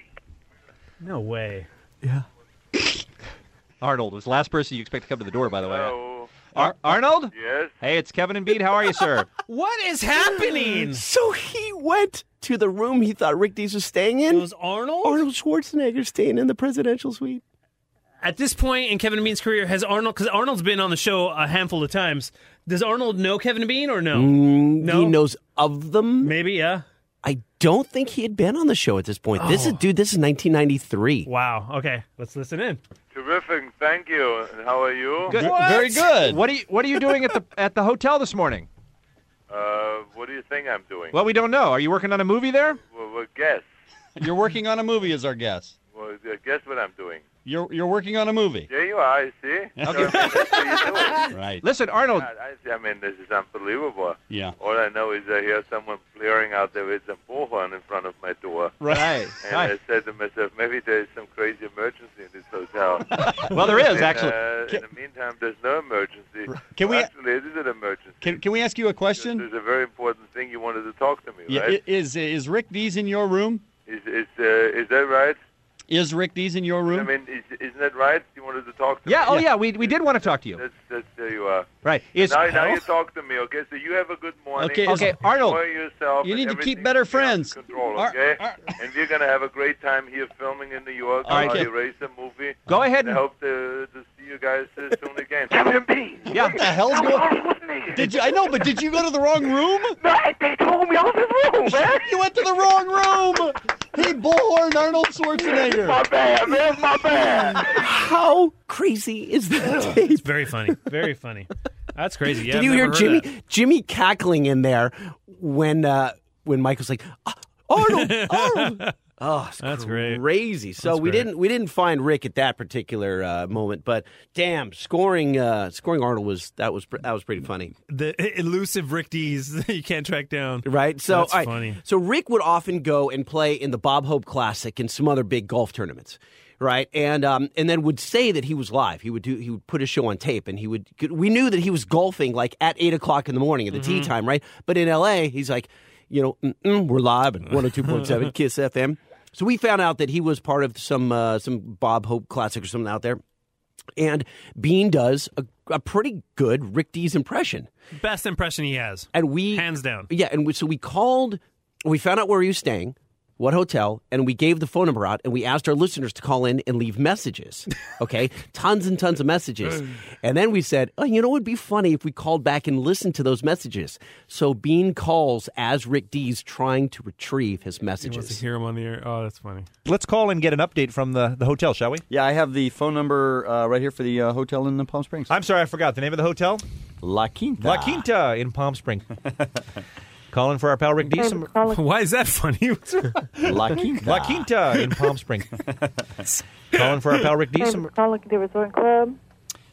S3: No way.
S17: Arnold was the last person you expect to come to the door, by the way. Ar- Arnold?
S16: Yes.
S17: Hey, it's Kevin and Bean. How are you, sir?
S3: What is happening?
S1: So he went to the room he thought Rick Dees was staying in. It was
S3: Arnold.
S1: Arnold Schwarzenegger staying in the presidential suite.
S3: At this point in Kevin Bean's career, has Arnold because Arnold's been on the show a handful of times. Does Arnold know Kevin Bean or no?
S1: Mm,
S3: No?
S1: He knows of them.
S3: Maybe, yeah.
S1: I don't think he had been on the show at this point. This is,
S3: Oh.
S1: dude, this is 1993.
S3: Wow. Okay, let's listen in.
S18: Terrific, thank you. And how are you?
S17: Good. What are you What are you doing at the at the hotel this morning?
S18: Uh, what do you think I'm doing?
S17: Well, we don't know. Are you working on a movie there?
S18: Well, well, guess.
S8: You're working on a movie, is our guess.
S18: Well, uh, guess what I'm doing.
S8: You're you're working on a movie.
S18: There you are. I see. So, I mean, that's what you're doing.
S8: Right.
S17: Listen, Arnold.
S18: God, I, see. I mean, this is unbelievable.
S8: Yeah.
S18: All I know is I hear someone blaring out there with a bullhorn in front of my door.
S17: Right.
S18: And
S17: Right.
S18: I said to myself, maybe there is some crazy emergency in this hotel.
S17: Well, there is,
S18: And,
S17: actually.
S18: Uh, in the meantime, there's no emergency.
S8: Can we-
S18: Actually, it is an emergency.
S8: Can can we ask you a question?
S18: There's a very important thing you wanted to talk to me,
S8: Yeah,
S18: right?
S8: i- is is Rick Dees in your room?
S18: Is is uh, is that right?
S8: Is Rick Dees in your
S18: I
S8: room?
S18: mean, is, isn't that right? You wanted to talk to
S17: Yeah. Oh,
S18: me.
S17: yeah. We, we did want to talk to you.
S18: That's, that's there you are.
S17: Right. Is
S18: now, now you talk to me, okay? So you have a good morning.
S8: Okay, Okay, is- Arnold,
S18: Enjoy yourself.
S8: you
S18: and
S8: need to
S18: everything
S8: keep better
S18: will be under
S8: friends.
S18: Control,
S8: Ar-
S18: okay? and we're gonna have a great time here filming in New York.
S17: All right,
S18: on
S17: okay.
S18: the Eraser movie.
S17: Go ahead
S18: And I
S17: and-
S18: hope to, to see you guys uh, soon again. Captain B.
S17: Yeah.
S8: What the hell's going? Did you? I know, but did you go to the wrong room?
S16: No, they told me I was in the room, man.
S8: You went to the wrong room. He bullhorned Arnold Schwarzenegger.
S16: My bad, man. My bad.
S1: How crazy is that tape?
S3: It's very funny. Very funny. That's crazy. Yeah,
S1: Did you
S3: I've
S1: hear
S3: never heard
S1: Jimmy
S3: that.
S1: Jimmy cackling in there when uh, when Michael's like "Ah, Arnold Arnold? Oh, it's
S3: That's great.
S1: crazy. So
S3: That's
S1: we
S3: great.
S1: didn't we didn't find Rick at that particular uh, moment, but damn, scoring uh, scoring Arnold was that was pr- that was pretty funny,
S3: the e- elusive Rick D's that you can't track down.
S1: right? So
S3: That's
S1: all right.
S3: funny.
S1: So Rick would often go and play in the Bob Hope Classic and some other big golf tournaments. Right, and um, and then would say that he was live. He would do. He would put a show on tape, and he would. We knew that he was golfing like at eight o'clock in the morning at the tea
S3: Mhm.
S1: time, right? But in L.A., he's like, you know, Mm-mm, we're live at one hundred two point seven Kiss FM. So we found out that he was part of some uh, some Bob Hope Classic or something out there, and Bean does a, a pretty good Rick D's impression.
S3: Best impression he has.
S1: And we
S3: hands down.
S1: Yeah, and we, so we called. We found out where he was staying. what hotel, and we gave the phone number out and we asked our listeners to call in and leave messages. Okay, tons and tons of messages. And then we said, oh, you know, it would be funny if we called back and listened to those messages. So Bean calls as Rick Dees trying to retrieve his
S19: He wants to
S1: messages.
S19: hear him on the air. Oh, that's funny.
S7: Let's call and get an update from the, the hotel, shall we?
S5: Yeah, I have the phone number uh, right here for the uh, hotel in uh, Palm Springs.
S7: I'm sorry, I forgot the name of the hotel.
S5: La Quinta.
S7: La Quinta in Palm Springs. Calling for our pal Rick Dees. Why is that funny?
S5: La Quinta.
S7: La Quinta in Palm Springs. Calling for our pal Rick Dees.
S20: From Call Lucky Resort Club.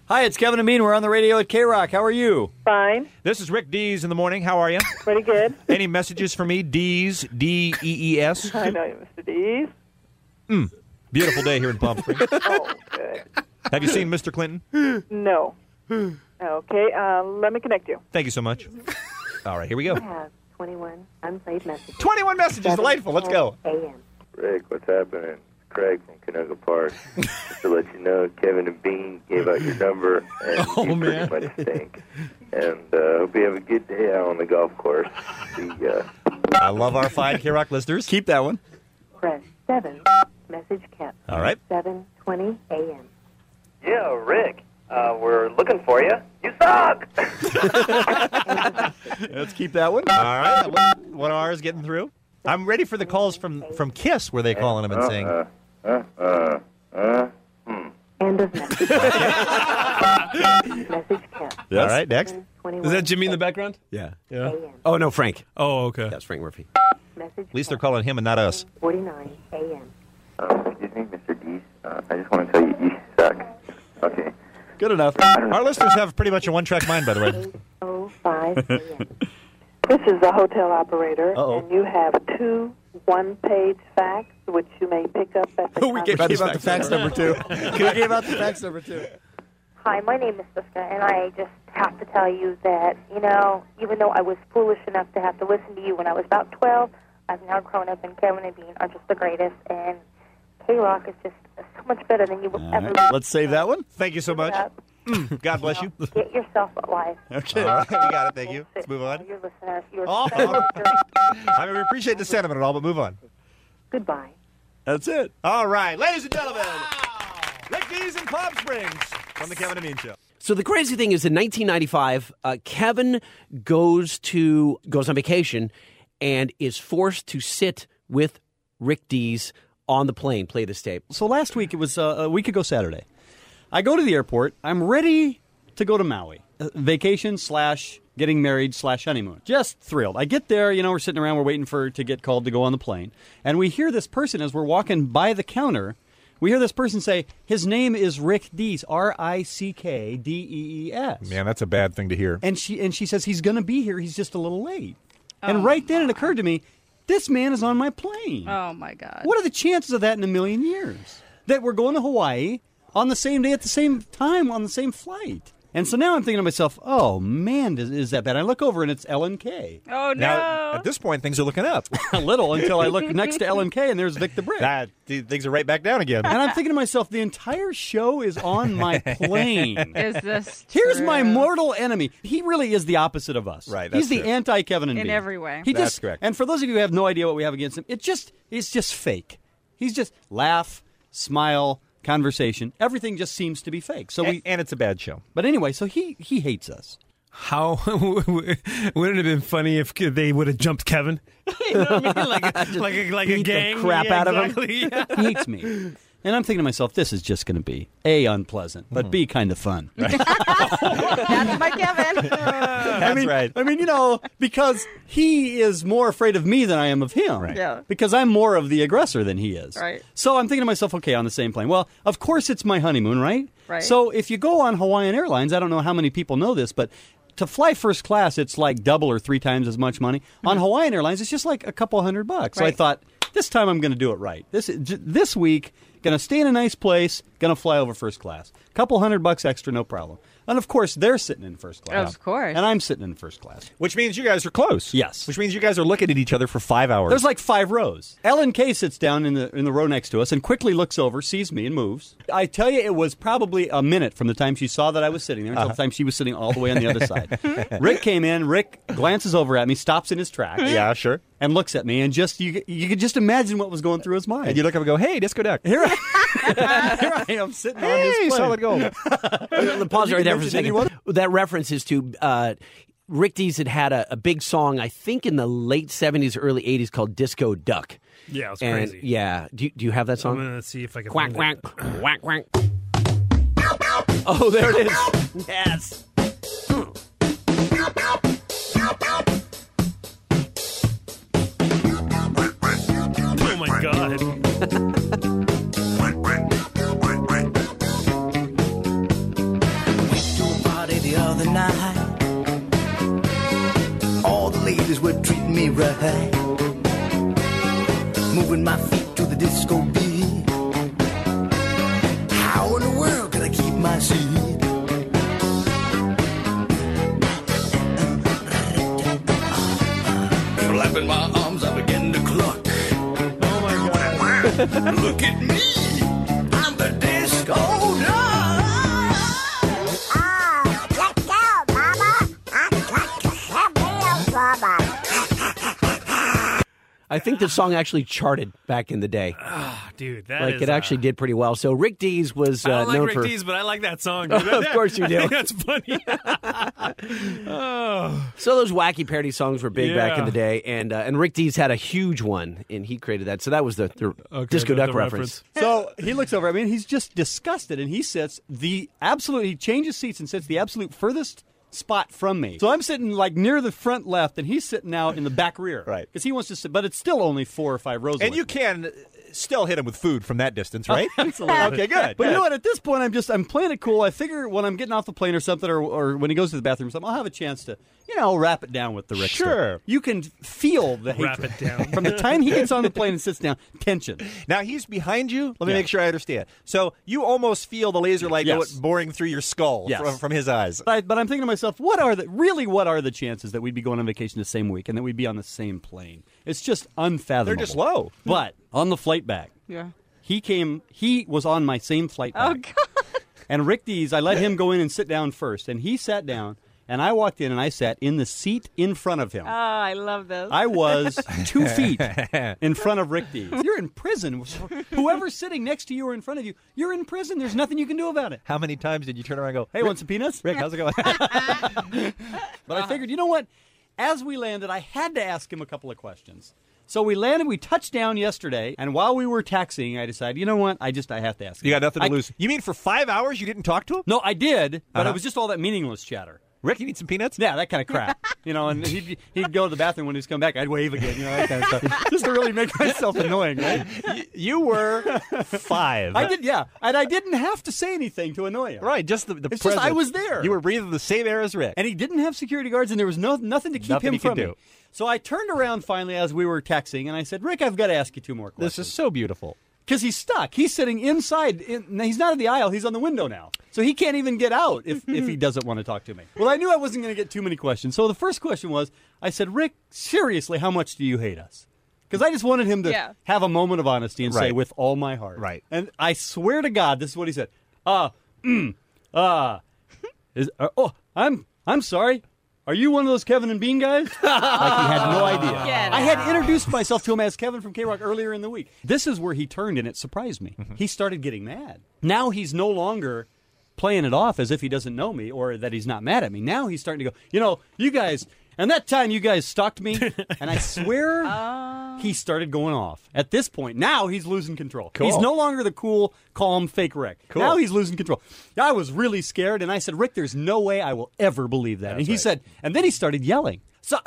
S5: Hi, it's Kevin and Bean. We're on the radio at K Rock. How are you?
S20: Fine.
S7: This is Rick Dees in the morning. How are you?
S20: Pretty good.
S7: Any messages for me? Dees, D E E S.
S20: I know you, Mr. Dees.
S7: Mm. Beautiful day here in Palm Springs.
S20: Oh, good.
S7: Have you seen Mr. Clinton?
S20: No. Okay, uh, let me connect you.
S7: Thank you so much. All right, here we
S20: I
S7: go.
S20: have 21 unplayed messages.
S7: 21 messages. Delightful. Let's go.
S21: Rick, what's happening? It's Craig from Canoga Park. Just to let you know, Kevin and Bean gave out your number, and you pretty much stink. And uh, hope you have a good day out on the golf course. The, uh,
S7: I love our fine K Rock listeners. Keep that one.
S20: Press 7. Message kept.
S7: All right.
S20: 7.20 a.m.
S22: Yeah, Rick. Uh, we're looking for you. You suck.
S7: Let's keep that one. All right. One- One hour is getting through. I'm ready for the calls from from Kiss where they calling him and saying.
S21: uh, uh, uh.
S20: End of message. message kept.
S1: Yes. All right,
S7: next.
S1: Is that Jimmy in the background? Yeah.
S7: Yeah.
S1: Oh, no, Frank.
S7: Oh, okay.
S1: That's Frank Murphy.
S7: At least they're calling him and not us.
S20: 49 a.m.
S21: Excuse me, Mr. Dees. Uh, I just want to tell you, you suck. Okay.
S7: Good enough. Our listeners have pretty much a one track mind, by the way.
S20: 5 This is the hotel operator,
S7: Uh-oh.
S20: and you have two one-page facts, which you may pick up at the
S5: We gave, out the fax number too. we gave out the fax number too.
S23: Hi, my name is Siska, and I just have to tell you that, you know, even though I was foolish enough to have to listen to you when I was about 12, I've now grown up, and Kevin and Bean are just the greatest, and K Rock is just so much better than you will ever be.
S7: Let's save that one. Thank you so much. Mm, God bless you.
S23: Get yourself a life.
S7: Okay. All right, we got it. Thank you. Let's move on.
S23: Your listeners, your
S7: Oh. I mean, we appreciate the sentiment and all, but move on.
S20: Goodbye.
S7: That's it. All right, ladies and gentlemen, Rick Dees in Palm Springs from the Kevin and Bean Show.
S1: So the crazy thing is, in 1995, uh, Kevin goes to goes on vacation and is forced to sit with Rick Dees on the plane. Play this tape.
S8: So last week, it was uh, a week ago Saturday. I go to the airport. I'm ready to go to Maui. Uh, vacation slash getting married slash honeymoon. Just thrilled. I get there, you know, we're sitting around, we're waiting for to get called to go on the plane. And we hear this person as we're walking by the counter. We hear this person say, his name is Rick Dees, R I C K D E E S.
S7: Man, that's a bad thing to hear.
S8: And she and she says he's going to be here. He's just a little late. and right then it occurred to me, this man is on my plane.
S24: Oh my god.
S8: What are the chances of that in a million years? That we're going to Hawaii on the same day at the same time on the same flight. And so now I'm thinking to myself, oh man, is, is that bad? I look over and it's Ellen K.
S24: Oh no.
S7: Now, at this point, things are looking up.
S8: a little until I look next to Ellen K and there's Vic the Brick.
S7: That, dude, things are right back down again.
S8: And I'm thinking to myself, the entire show is on my plane.
S24: Is this
S8: Here's my
S24: true?
S8: mortal enemy. He really is the opposite of us. Right.
S24: that's
S8: He's the
S24: true.
S8: anti Kevin and
S24: In
S8: Bean.
S24: every way.
S8: He
S24: That's
S8: just,
S24: correct.
S8: And for those of you who have no idea what we have against him, it just it's just fake. He's just laugh, smile, conversation. Everything just seems to be fake. So we
S7: and it's a bad show.
S8: But anyway, so he he hates us.
S3: How wouldn't it have been funny if they would have jumped Kevin? you know what I mean? Like a, like a, like a
S8: beat the
S3: gang.
S8: crap
S3: Yeah,
S8: out of him.
S3: exactly. Yeah.
S8: He hates me. And I'm thinking to myself, this is just going to be a unpleasant, but b kind of fun.
S24: Mm-hmm. That's my Kevin.
S8: I mean,
S7: right.
S8: I mean, you know, because he is more afraid of me than I am of him.
S24: Right. Yeah.
S8: Because I'm more of the aggressor than he is.
S24: Right.
S8: So I'm thinking to myself, okay, on the same plane. Well, of course it's my honeymoon, right?
S24: Right.
S8: So if you go on Hawaiian Airlines, I don't know how many people know this, but to fly first class, it's like double or three times as much money. On Hawaiian Airlines, it's just like a couple hundred bucks. So I
S24: Mm-hmm. Right.
S8: thought, this time I'm going to do it right. This j- this week, going to stay in a nice place, going to fly over first class. Couple hundred bucks extra, no problem. And of course, they're sitting in first class.
S24: Of course.
S8: And I'm sitting in first class.
S7: Which means you guys are close. Yes. Which means you guys are looking at each other for five hours.
S8: There's like five rows. Ellen K sits down in the in the row next to us and quickly looks over, sees me, and moves. I tell you, it was probably a minute from the time she saw that I was sitting there until
S7: Uh-huh.
S8: the time she was sitting all the way on the other side. Rick came in. Rick glances over at me, stops in his tracks.
S7: Yeah, sure.
S8: and looks at me and just you you could just imagine what was going through his mind.
S12: And you
S8: look up and go, "Hey, Disco Duck, here, I- here I am sitting on this plane."
S1: Pause
S8: You
S1: right there for a
S8: mentioned
S1: second.
S8: anyone?
S1: That reference is to uh, Rick Dees had had a, a big song, I think, in the late '70s, early '80s, called "Disco Duck."
S3: Yeah, it's
S1: And-
S3: crazy.
S1: Yeah, do you, do you have
S3: I'm
S1: that song?
S3: gonna see if I can.
S1: Quack
S3: find
S1: quack
S3: it.
S1: quack quack. Oh, there it is. Yes.
S3: Oh my god.
S4: party the other night. All the ladies were treating me right. Moving my feet to the disco beat. How in the world could I keep my seat? Flapping my arms, I began to cluck. Oh my god. Look at me. I'm the disco duck.
S1: I think the song actually charted back in the day.
S3: Dude, that
S1: like
S3: is,
S1: it
S3: uh,
S1: actually did pretty well. So Rick Dees was uh,
S3: I don't like
S1: known
S3: Rick
S1: for
S3: Dees, but I like that song. dude.
S1: Of course you
S3: I think
S1: do.
S3: That's funny. oh.
S1: So those wacky parody songs were big back in
S3: Yeah.
S1: the day, and uh, and Rick Dees had a huge one, and he created that. So that was the, the Disco Duck reference.
S8: So he looks over. I mean, he's just disgusted, and he sits the absolute. He changes seats and sits the absolute furthest spot from me. So I'm sitting like near the front left, and he's sitting out in the back rear. Right. Because he wants to sit, but it's still only four or five rows.
S12: And you can still hit him with food from that distance, right?
S8: Absolutely.
S12: Okay, good.
S8: But you know what? At this point, I'm just I'm playing it cool. I figure when I'm getting off the plane or something, or, or when he goes to the bathroom or something, I'll have a chance to you know wrap it down with the Rick. stuff.
S12: Sure.
S8: You can feel the
S12: Wrap
S8: hatred.
S12: it down.
S8: from the time he gets on the plane and sits down. Tension.
S12: Now he's behind you. Let me
S8: Yeah.
S12: make sure I understand. So you almost feel the laser light
S8: Yes.
S12: go- boring through your skull
S8: Yes.
S12: from, from his eyes.
S8: But, I, but I'm thinking to myself, what are the really what are the chances that we'd be going on vacation the same week and that we'd be on the same plane? It's just unfathomable.
S12: They're just low.
S8: But on the flight back,
S25: Yeah.
S8: he came. He was on my same flight
S25: Oh,
S8: back. And Rick Dees, I let him go in and sit down first, and he sat down, and I walked in and I sat in the seat in front of him.
S25: Oh, I love this.
S8: I was two feet in front of Rick Dees. You're in prison. Whoever's sitting next to you or in front of you, you're in prison. There's nothing you can do about it.
S12: How many times did you turn around and go,
S8: Hey, want some peanuts?
S12: Rick, how's it going?
S8: But I figured, you know what? As we landed, I had to ask him a couple of questions. So we landed, we touched down yesterday, and while we were taxiing, I decided, you know what? I just I have to ask.
S12: You got nothing to
S8: I-
S12: lose. You mean for five hours you didn't talk to him?
S8: No, I did, but
S12: Uh-huh.
S8: it was just all that meaningless chatter.
S12: Rick, you need some peanuts?
S8: Yeah, that kind of crap. you know, and he'd, he'd go to the bathroom when he was coming back. I'd wave again, you know, that kind of stuff. just to really make myself annoying, right?
S12: You were five.
S8: I did, yeah. And I didn't have to say anything to annoy him.
S12: Right, just the, the
S8: It's just I
S12: presence.
S8: was there.
S12: You were breathing the same air as Rick.
S8: And he didn't have security guards, and there was no, nothing to keep
S12: Nothing
S8: him
S12: he could
S8: from me.
S12: do.
S8: So I turned around finally as we were texting, and I said, "Rick, I've got to ask you two more questions."
S12: This is so beautiful.
S8: Because he's stuck. He's sitting inside. In, no, he's not in the aisle. He's on the window now, so he can't even get out if if he doesn't want to talk to me. Well, I knew I wasn't going to get too many questions. So the first question was, I said, "Rick, seriously, how much do you hate us?" Because I just wanted him to
S25: Yeah.
S8: have a moment of honesty and say,
S12: Right.
S8: "With all my heart." Right. And I swear to God, this is what he said. Uh, mm, uh, is, uh, oh, I'm I'm sorry. Are you one of those Kevin and Bean guys? like he had no idea.
S25: Get
S8: I had introduced myself to him as Kevin from K Rock earlier in the week. This is where he turned, and it surprised me. He started getting mad. Now he's no longer playing it off as if he doesn't know me or that he's not mad at me. Now he's starting to go, you know, you guys. And that time you guys stalked me, and I swear he started going off. At this point, now he's losing control.
S12: Cool.
S8: He's no longer the cool, calm, fake Rick.
S12: Cool.
S8: Now he's losing control. I was really scared, and I said, Rick, there's no way I will ever believe that. and he said, and then he started yelling. So,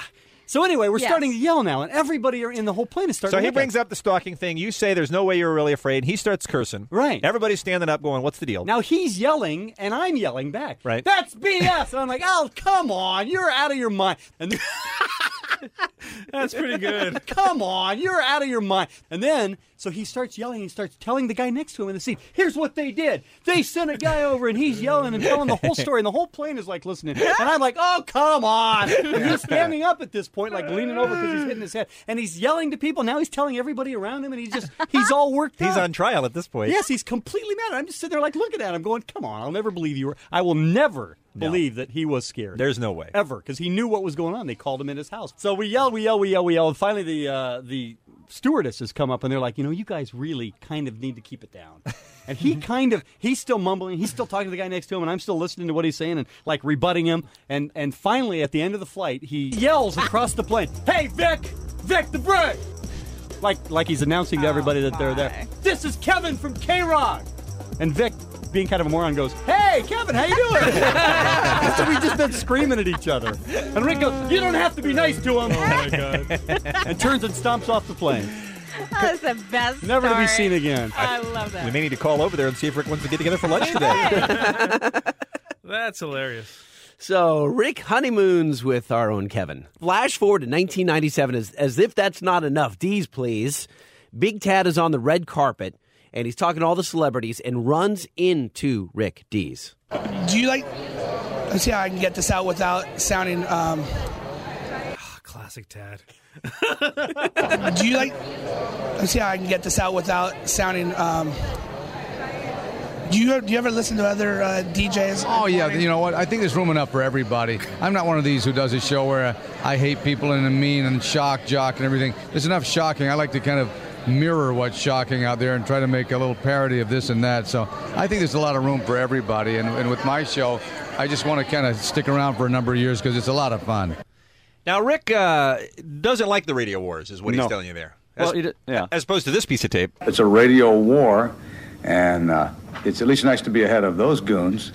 S8: so anyway, we're
S25: Yes.
S8: starting to yell now, and everybody in the whole plane is
S12: So
S8: starting. to
S12: he
S8: look at
S12: brings
S8: us.
S12: up the stalking thing. You say there's no way you're really afraid. He starts cursing.
S8: Right.
S12: Everybody's standing up going, what's the deal?
S8: Now he's yelling, and I'm yelling back.
S12: Right.
S8: That's BS. And I'm like, oh, come on, you're out of your mind. And
S3: That's pretty good.
S8: Come on, you're out of your mind. And then, so he starts yelling. He starts telling the guy next to him in the seat, "Here's what they did. They sent a guy over, and he's yelling and telling the whole story, and the whole plane is like listening." And I'm like, "Oh, come on!" And he's standing up at this point, like leaning over because he's hitting his head, and he's yelling to people. Now he's telling everybody around him, and he's just he's all worked
S12: He's
S8: up.
S12: on trial at this point.
S8: Yes, he's completely mad. I'm just sitting there like looking at him, going, "Come on, I'll never believe you. I will never believe that he was scared. There's no way ever because he knew what was going on. They called him in his house. So we yell, we yell, we yell, we yell, and finally the uh, the stewardesses come up and they're like, you know, you guys really kind of need to keep it down. And he kind of he's still mumbling, he's still talking to the guy next to him, and I'm still listening to what he's saying and like rebutting him. And and finally at the end of the flight, he yells across the plane, "Hey Vic, Vic the Brick!" Like like he's announcing to everybody that they're there. This is Kevin from K Rock. And Vic, being kind of a moron, goes, "Hey, Kevin, how you doing?" so we just been screaming at each other, and Rick goes, "You don't have to be nice to him." Oh my god! and turns and stomps off the plane.
S25: That's the best.
S8: Never to
S25: story.
S8: be seen again.
S25: I love that.
S12: We may need to call over there and see if Rick wants to get together for lunch today.
S3: That's hilarious.
S1: So Rick honeymoons with our own Kevin. Flash forward to 1997, as, as if that's not enough. D's, please. Big Tad is on the red carpet, and he's talking to all the celebrities, and runs into Rick D's.
S6: Do you like? Let's see how I can get this out without sounding. Um,
S3: Ah, Classic Tad.
S6: do you like? Let's see how I can get this out without sounding. Um, do you do you ever listen to other uh, DJs?
S13: Oh yeah, you know what? I think there's room enough for everybody. I'm not one of these who does a show where uh, I hate people and am mean and shock jock and everything. There's enough shocking. I like to kind of mirror what's shocking out there and try to make a little parody of this and that. So I think there's a lot of room for everybody. And, and with my show, I just want to kind of stick around for a number of years because it's a lot of fun.
S7: Now, Rick uh, doesn't like the radio wars, is what
S13: No.
S7: he's telling you there. As,
S26: Well, he did- yeah.
S7: as opposed to this piece of tape.
S9: It's a radio war, and uh, it's at least nice to be ahead of those goons.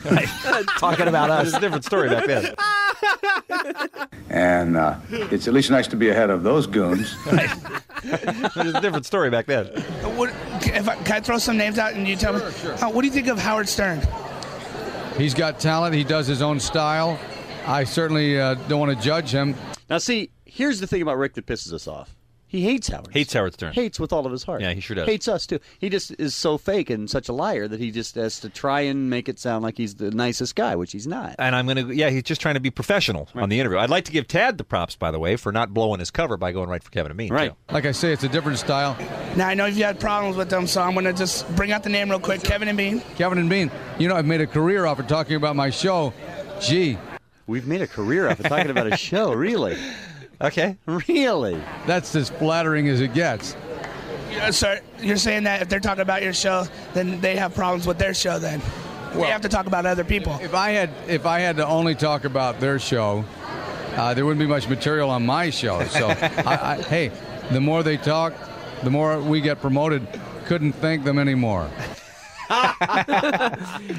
S7: Talking about us. It's a different story back then.
S9: And uh, it's at least nice to be ahead of those goons.
S7: It was a different story back then.
S6: What, if I, can I throw some names out and you tell me? Uh, what do you think of Howard Stern?
S13: He's got talent. He does his own style. I certainly uh, don't want to judge him.
S26: Now, see, here's the thing about Rick that pisses us off. He hates Howard.
S7: Hates Howard Stern.
S26: Hates with all of his heart.
S7: Yeah, he sure does.
S26: Hates us too. He just is so fake and such a liar that he just has to try and make it sound like he's the nicest guy, which he's not.
S7: And I'm going to, yeah, he's just trying to be professional on the interview. I'd like to give Tad the props, by the way, for not blowing his cover by going right for Kevin and me. Right.
S13: Like I say, it's a different style.
S6: Now I know you've had problems with them, so I'm gonna just bring out the name real quick. Kevin and Bean.
S13: Kevin and Bean, you know, I've made a career off of talking about my show. Gee.
S26: We've made a career off of talking about a show, really.
S7: Okay.
S26: Really?
S13: That's as flattering as it gets.
S6: Yeah, sir, uh, you're saying that if they're talking about your show, then they have problems with their show. Then we have to talk about other people.
S13: If I had if I had to only talk about their show, uh, there wouldn't be much material on my show. So, I, I, hey, the more they talk, the more we get promoted. Couldn't thank them anymore.
S1: And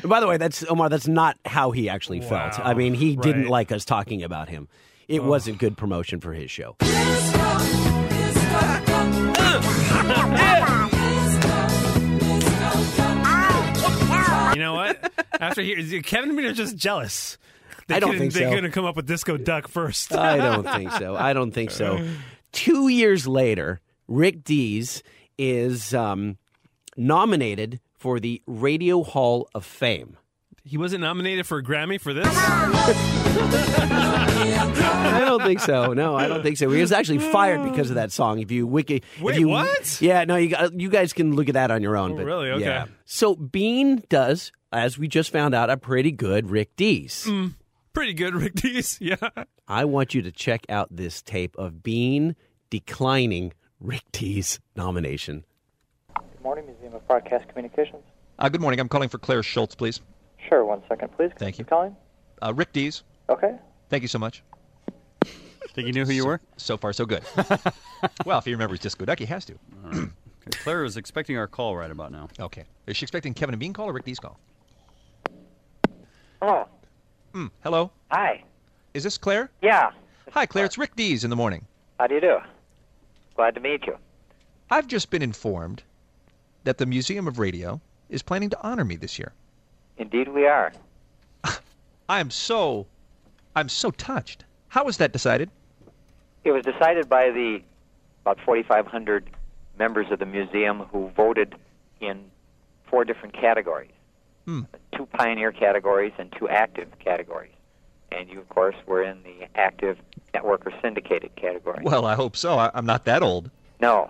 S1: by the way, that's Omar. That's not how he actually felt. I mean, he didn't like us talking about him. It wasn't good promotion for his show.
S3: You know what? After here, Kevin and me are just jealous. They
S1: I don't
S3: couldn't-
S1: think
S3: they
S1: so.
S3: couldn't come up with Disco Duck first.
S1: I don't think so. I don't think so. Two years later, Rick Dees is um, nominated for the Radio Hall of Fame.
S3: He wasn't nominated for a Grammy for this.
S1: I don't think so. No, I don't think so. He was actually fired because of that song. If you wiki,
S3: Wait,
S1: if you,
S3: what? Oh,
S1: Yeah, no, you gu- you guys can look at that on your own. But
S3: really? Okay.
S1: yeah. So Bean does, as we just found out, a pretty good Rick Dees.
S3: Mm, pretty good, Rick Dees. Yeah.
S1: I want you to check out this tape of Bean declining Rick Dees' nomination.
S24: Good morning, Museum of Broadcast Communications.
S7: Uh, good morning. I'm calling for Claire Schultz, please.
S24: Sure, one second, please.
S7: Thank you.
S24: Calling?
S7: Uh, Rick Dees.
S24: Okay.
S7: Thank you so much. Think you knew who you were? So far, so good. well, if he remembers Disco Duck, he has to.
S8: Claire is expecting our call right about now.
S7: Okay. Is she expecting Kevin and Bean call or Rick Dees call?
S24: Oh,
S7: Mm, hello.
S24: hi.
S7: Is this Claire?
S24: Yeah.
S7: Hi, Claire. It's Rick Dees in the morning.
S24: How do you do? Glad to meet you.
S7: I've just been informed that the Museum of Radio is planning to honor me this year.
S24: Indeed, we are.
S7: I am so, I'm so touched. How was that decided?
S24: It was decided by the about 4,500 members of the museum who voted in four different categories
S7: Hmm.
S24: two pioneer categories and two active categories. And you, of course, were in the active network or syndicated category.
S7: Well, I hope so. I, I'm not that old.
S24: No.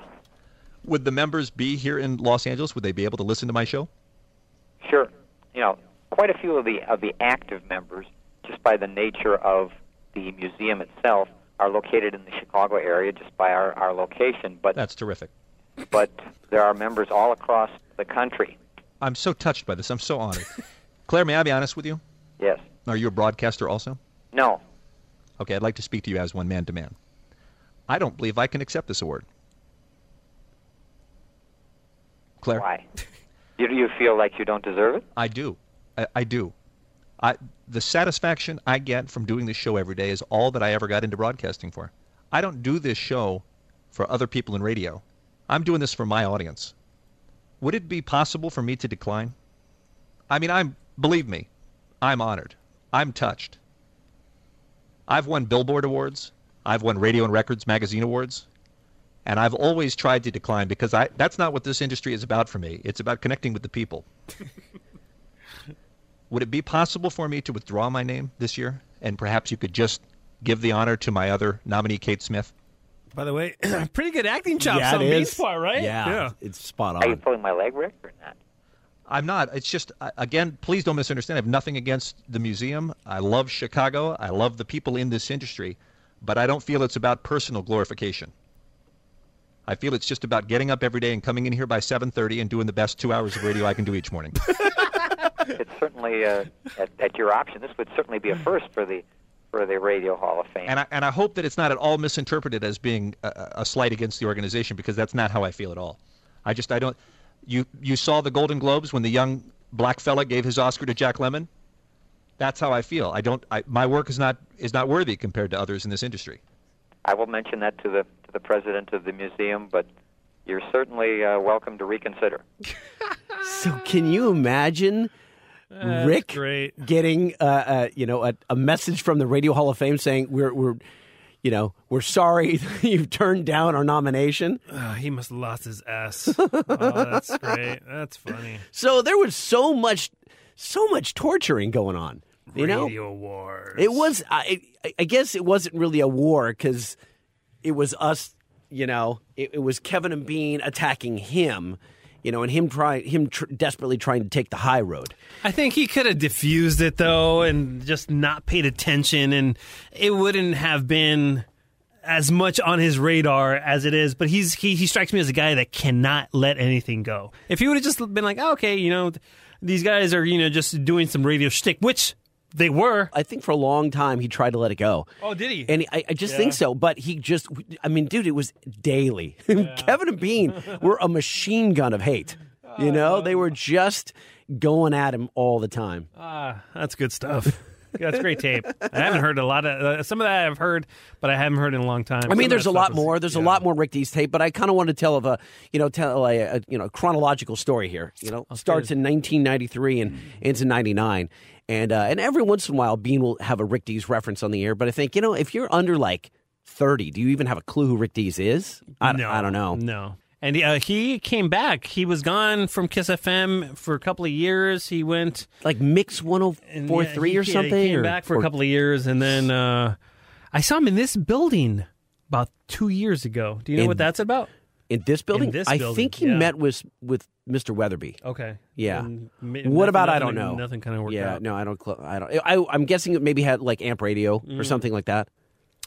S7: Would the members be here in Los Angeles? Would they be able to listen to my show?
S24: Sure. You know, quite a few of the of the active members just by the nature of the museum itself, are located in the Chicago area just by our, our location. But
S7: That's terrific.
S24: but there are members all across the country.
S7: I'm so touched by this. I'm so honored. Claire, may I be honest with you?
S24: Yes.
S7: Are you a broadcaster also?
S24: No.
S7: Okay, I'd like to speak to you as one man to man. I don't believe I can accept this award. Claire?
S24: Why? Do you feel like you don't deserve it?
S7: I do. I, I do. I the satisfaction I get from doing this show every day is all that I ever got into broadcasting for. I don't do this show for other people in radio. I'm doing this for my audience. Would it be possible for me to decline? I mean, I'm believe me, I'm honored. I'm touched. I've won Billboard awards. I've won Radio and Records magazine awards. And I've always tried to decline because I that's not what this industry is about for me. It's about connecting with the people. Would it be possible for me to withdraw my name this year? And perhaps you could just give the honor to my other nominee, Kate Smith?
S3: By the way, pretty good acting chops
S7: Yeah, it
S3: on B's
S7: is.
S3: part, right?
S7: Yeah.
S1: It's spot
S24: Are you pulling my leg, Rick, or not?
S7: I'm not. It's just, I- again, please don't misunderstand. I have nothing against the museum. I love Chicago. I love the people in this industry. But I don't feel it's about personal glorification. I feel it's just about getting up every day and coming in here by 7.30 and doing the best two hours of radio I can do each morning.
S24: it's certainly uh, at, at your option. This would certainly be a first for the for the Radio Hall of Fame.
S7: And I, and I hope that it's not at all misinterpreted as being a, a slight against the organization because that's not how I feel at all. I just I don't. You you saw the Golden Globes when the young black fella gave his Oscar to Jack Lemmon. That's how I feel. I don't. I, my work is not is not worthy compared to others in this industry.
S24: I will mention that to the to the president of the museum, but you're certainly uh, welcome to reconsider.
S1: So can you imagine
S24: That's
S1: Rick getting uh, uh, you know a, a message from the Radio Hall of Fame saying we're we're you know we're sorry you've turned down our nomination.
S3: Uh, he must have lost his ass. oh, that's great. That's funny.
S1: So there was so much so much torturing going on. You
S3: Radio
S1: know,
S3: war.
S1: it was. I, I- I guess it wasn't really a war because it was us. You know, it, it was Kevin and Bean attacking him. You know, and him trying him tr- desperately trying to take the high road.
S3: I think he could have diffused it though, and just not paid attention, and it wouldn't have been as much on his radar as it is. But he's he, he strikes me as a guy that cannot let anything go. If he would have just been like, "Oh, okay, you know, th- these guys are you know just doing some radio shtick, which they were.
S1: I think for a long time he tried to let it go.
S3: Oh, did he?
S1: And I, I just
S3: Yeah.
S1: think so. But he just, I mean, dude, it was daily. Kevin and Bean were a machine gun of hate.
S3: Oh,
S1: You know, they were just going at him all the time.
S3: Ah, that's good stuff. That's great tape. I haven't heard a lot of uh, some of that I've heard, but I haven't heard in a long time.
S1: I mean, there's a lot more. There's a lot more Rick D's tape, but I kind of want to tell of a you know tell a, a you know chronological story here. You know, starts in 1993 and ends in '99, and uh, and every once in a while, Bean will have a Rick D's reference on the air. But I think you know if you're under like 30, do you even have a clue who Rick D's is? I, d-
S3: No.
S1: I don't know.
S3: No. And uh, he came back. He was gone from Kiss FM for a couple of years. He went
S1: like Mix 104.3 or something,
S3: He came
S1: or-
S3: back for
S1: or-
S3: a couple of years, and then uh, I saw him in this building about two years ago. Do you know
S1: In-
S3: what that's about?
S1: In this building,
S3: In this
S1: I
S3: building,
S1: think he
S3: yeah.
S1: met with with Mr. Weatherby.
S3: Okay.
S1: Yeah.
S3: And ma-
S1: what
S3: nothing-
S1: about I
S3: nothing-
S1: don't know.
S3: nothing kinda worked
S1: yeah,
S3: out.
S1: No, I don't. Cl- I don't. I, I'm guessing it maybe had like amp radio or
S3: Mm.
S1: something like that.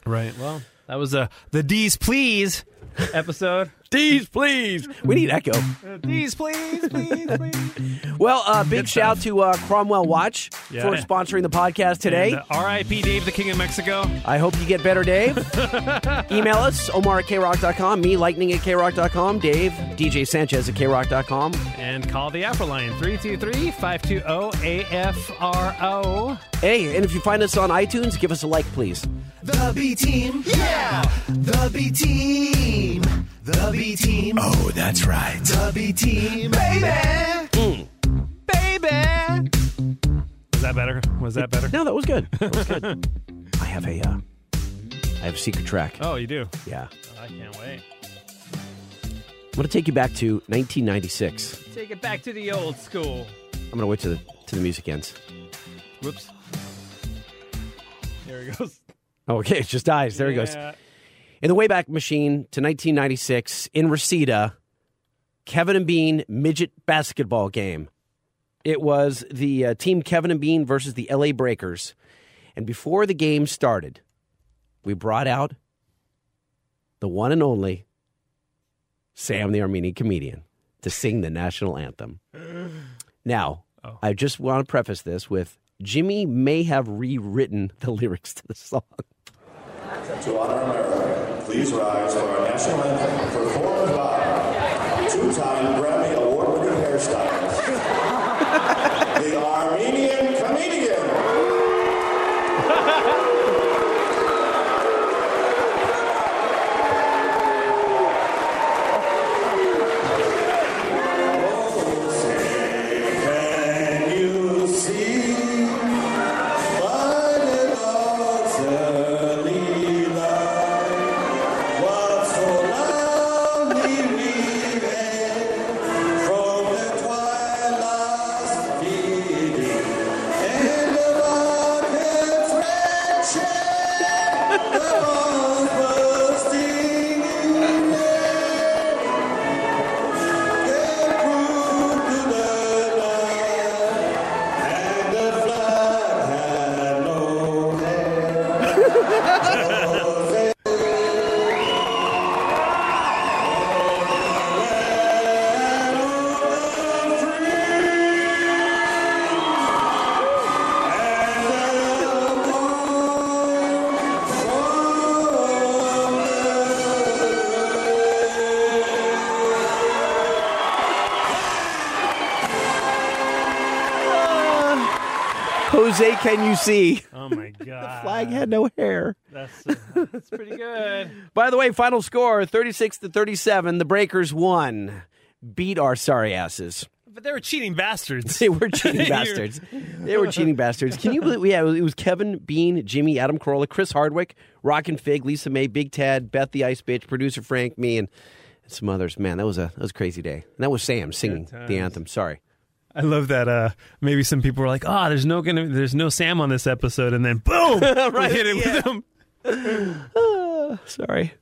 S3: Right. Well, that was uh, the D's Please episode.
S1: D's Please. We need echo.
S3: D's Please, please, please.
S1: Well, uh, big shout to uh, Cromwell Watch
S3: Yeah.
S1: for sponsoring the podcast today.
S3: And, uh, R.I.P. Dave, the King of Mexico.
S1: I hope you get better, Dave. Email us, omar at krock.com, me, lightning at krock.com, Dave, DJ Sanchez at krock.com.
S3: And call the Afro line 323 520 AFRO.
S1: Hey, and if you find us on iTunes, give us a like, please.
S4: The B team. Yeah. The B team. The B team. Oh, that's right. The B team. Baby.
S3: Baby. Was that better? Was that better?
S1: No, that was good. That was good. I have a, uh, I have a secret track.
S3: Oh, you do? Oh,
S1: Yeah.
S3: I can't wait.
S1: I'm going to take you back to 1996.
S3: Take it back to the old school.
S1: I'm going to wait till the, till the music ends.
S3: Whoops. There he goes.
S1: Oh, okay, it just dies. There he
S3: Yeah.
S1: goes. In the Wayback Machine to 1996 in Reseda, Kevin and Bean midget basketball game. It was the uh, team Kevin and Bean versus the LA Breakers. And before the game started, we brought out the one and only Sam the Armenian comedian to sing the national anthem. Now, I just want to preface this with Jimmy may have rewritten the lyrics to the song.
S5: To honor America, please rise for our national anthem performed by two-time Grammy award-winning hairstylist, the Armenian comedian.
S1: Jose, can you see?
S3: Oh my
S1: the flag had no hair.
S3: That's, uh, that's pretty good.
S1: By the way, final score 36 to 37. The Breakers won. Beat our sorry asses.
S3: But they were cheating bastards.
S1: They were cheating bastards. They were cheating bastards. Can you believe? Yeah, it was Kevin Bean, Jimmy, Adam Carolla, Chris Hardwick, Rockin' Fig, Lisa May, Big Tad, Beth the Ice Bitch, producer Frank, me, and some others. Man, that was a that was a crazy day. And that was Sam singing the anthem. Sorry.
S3: I love that. Uh, maybe some people were like, "Ah, there's no gonna, there's no Sam on this episode," and then boom, right, hit it with him.
S1: Sorry.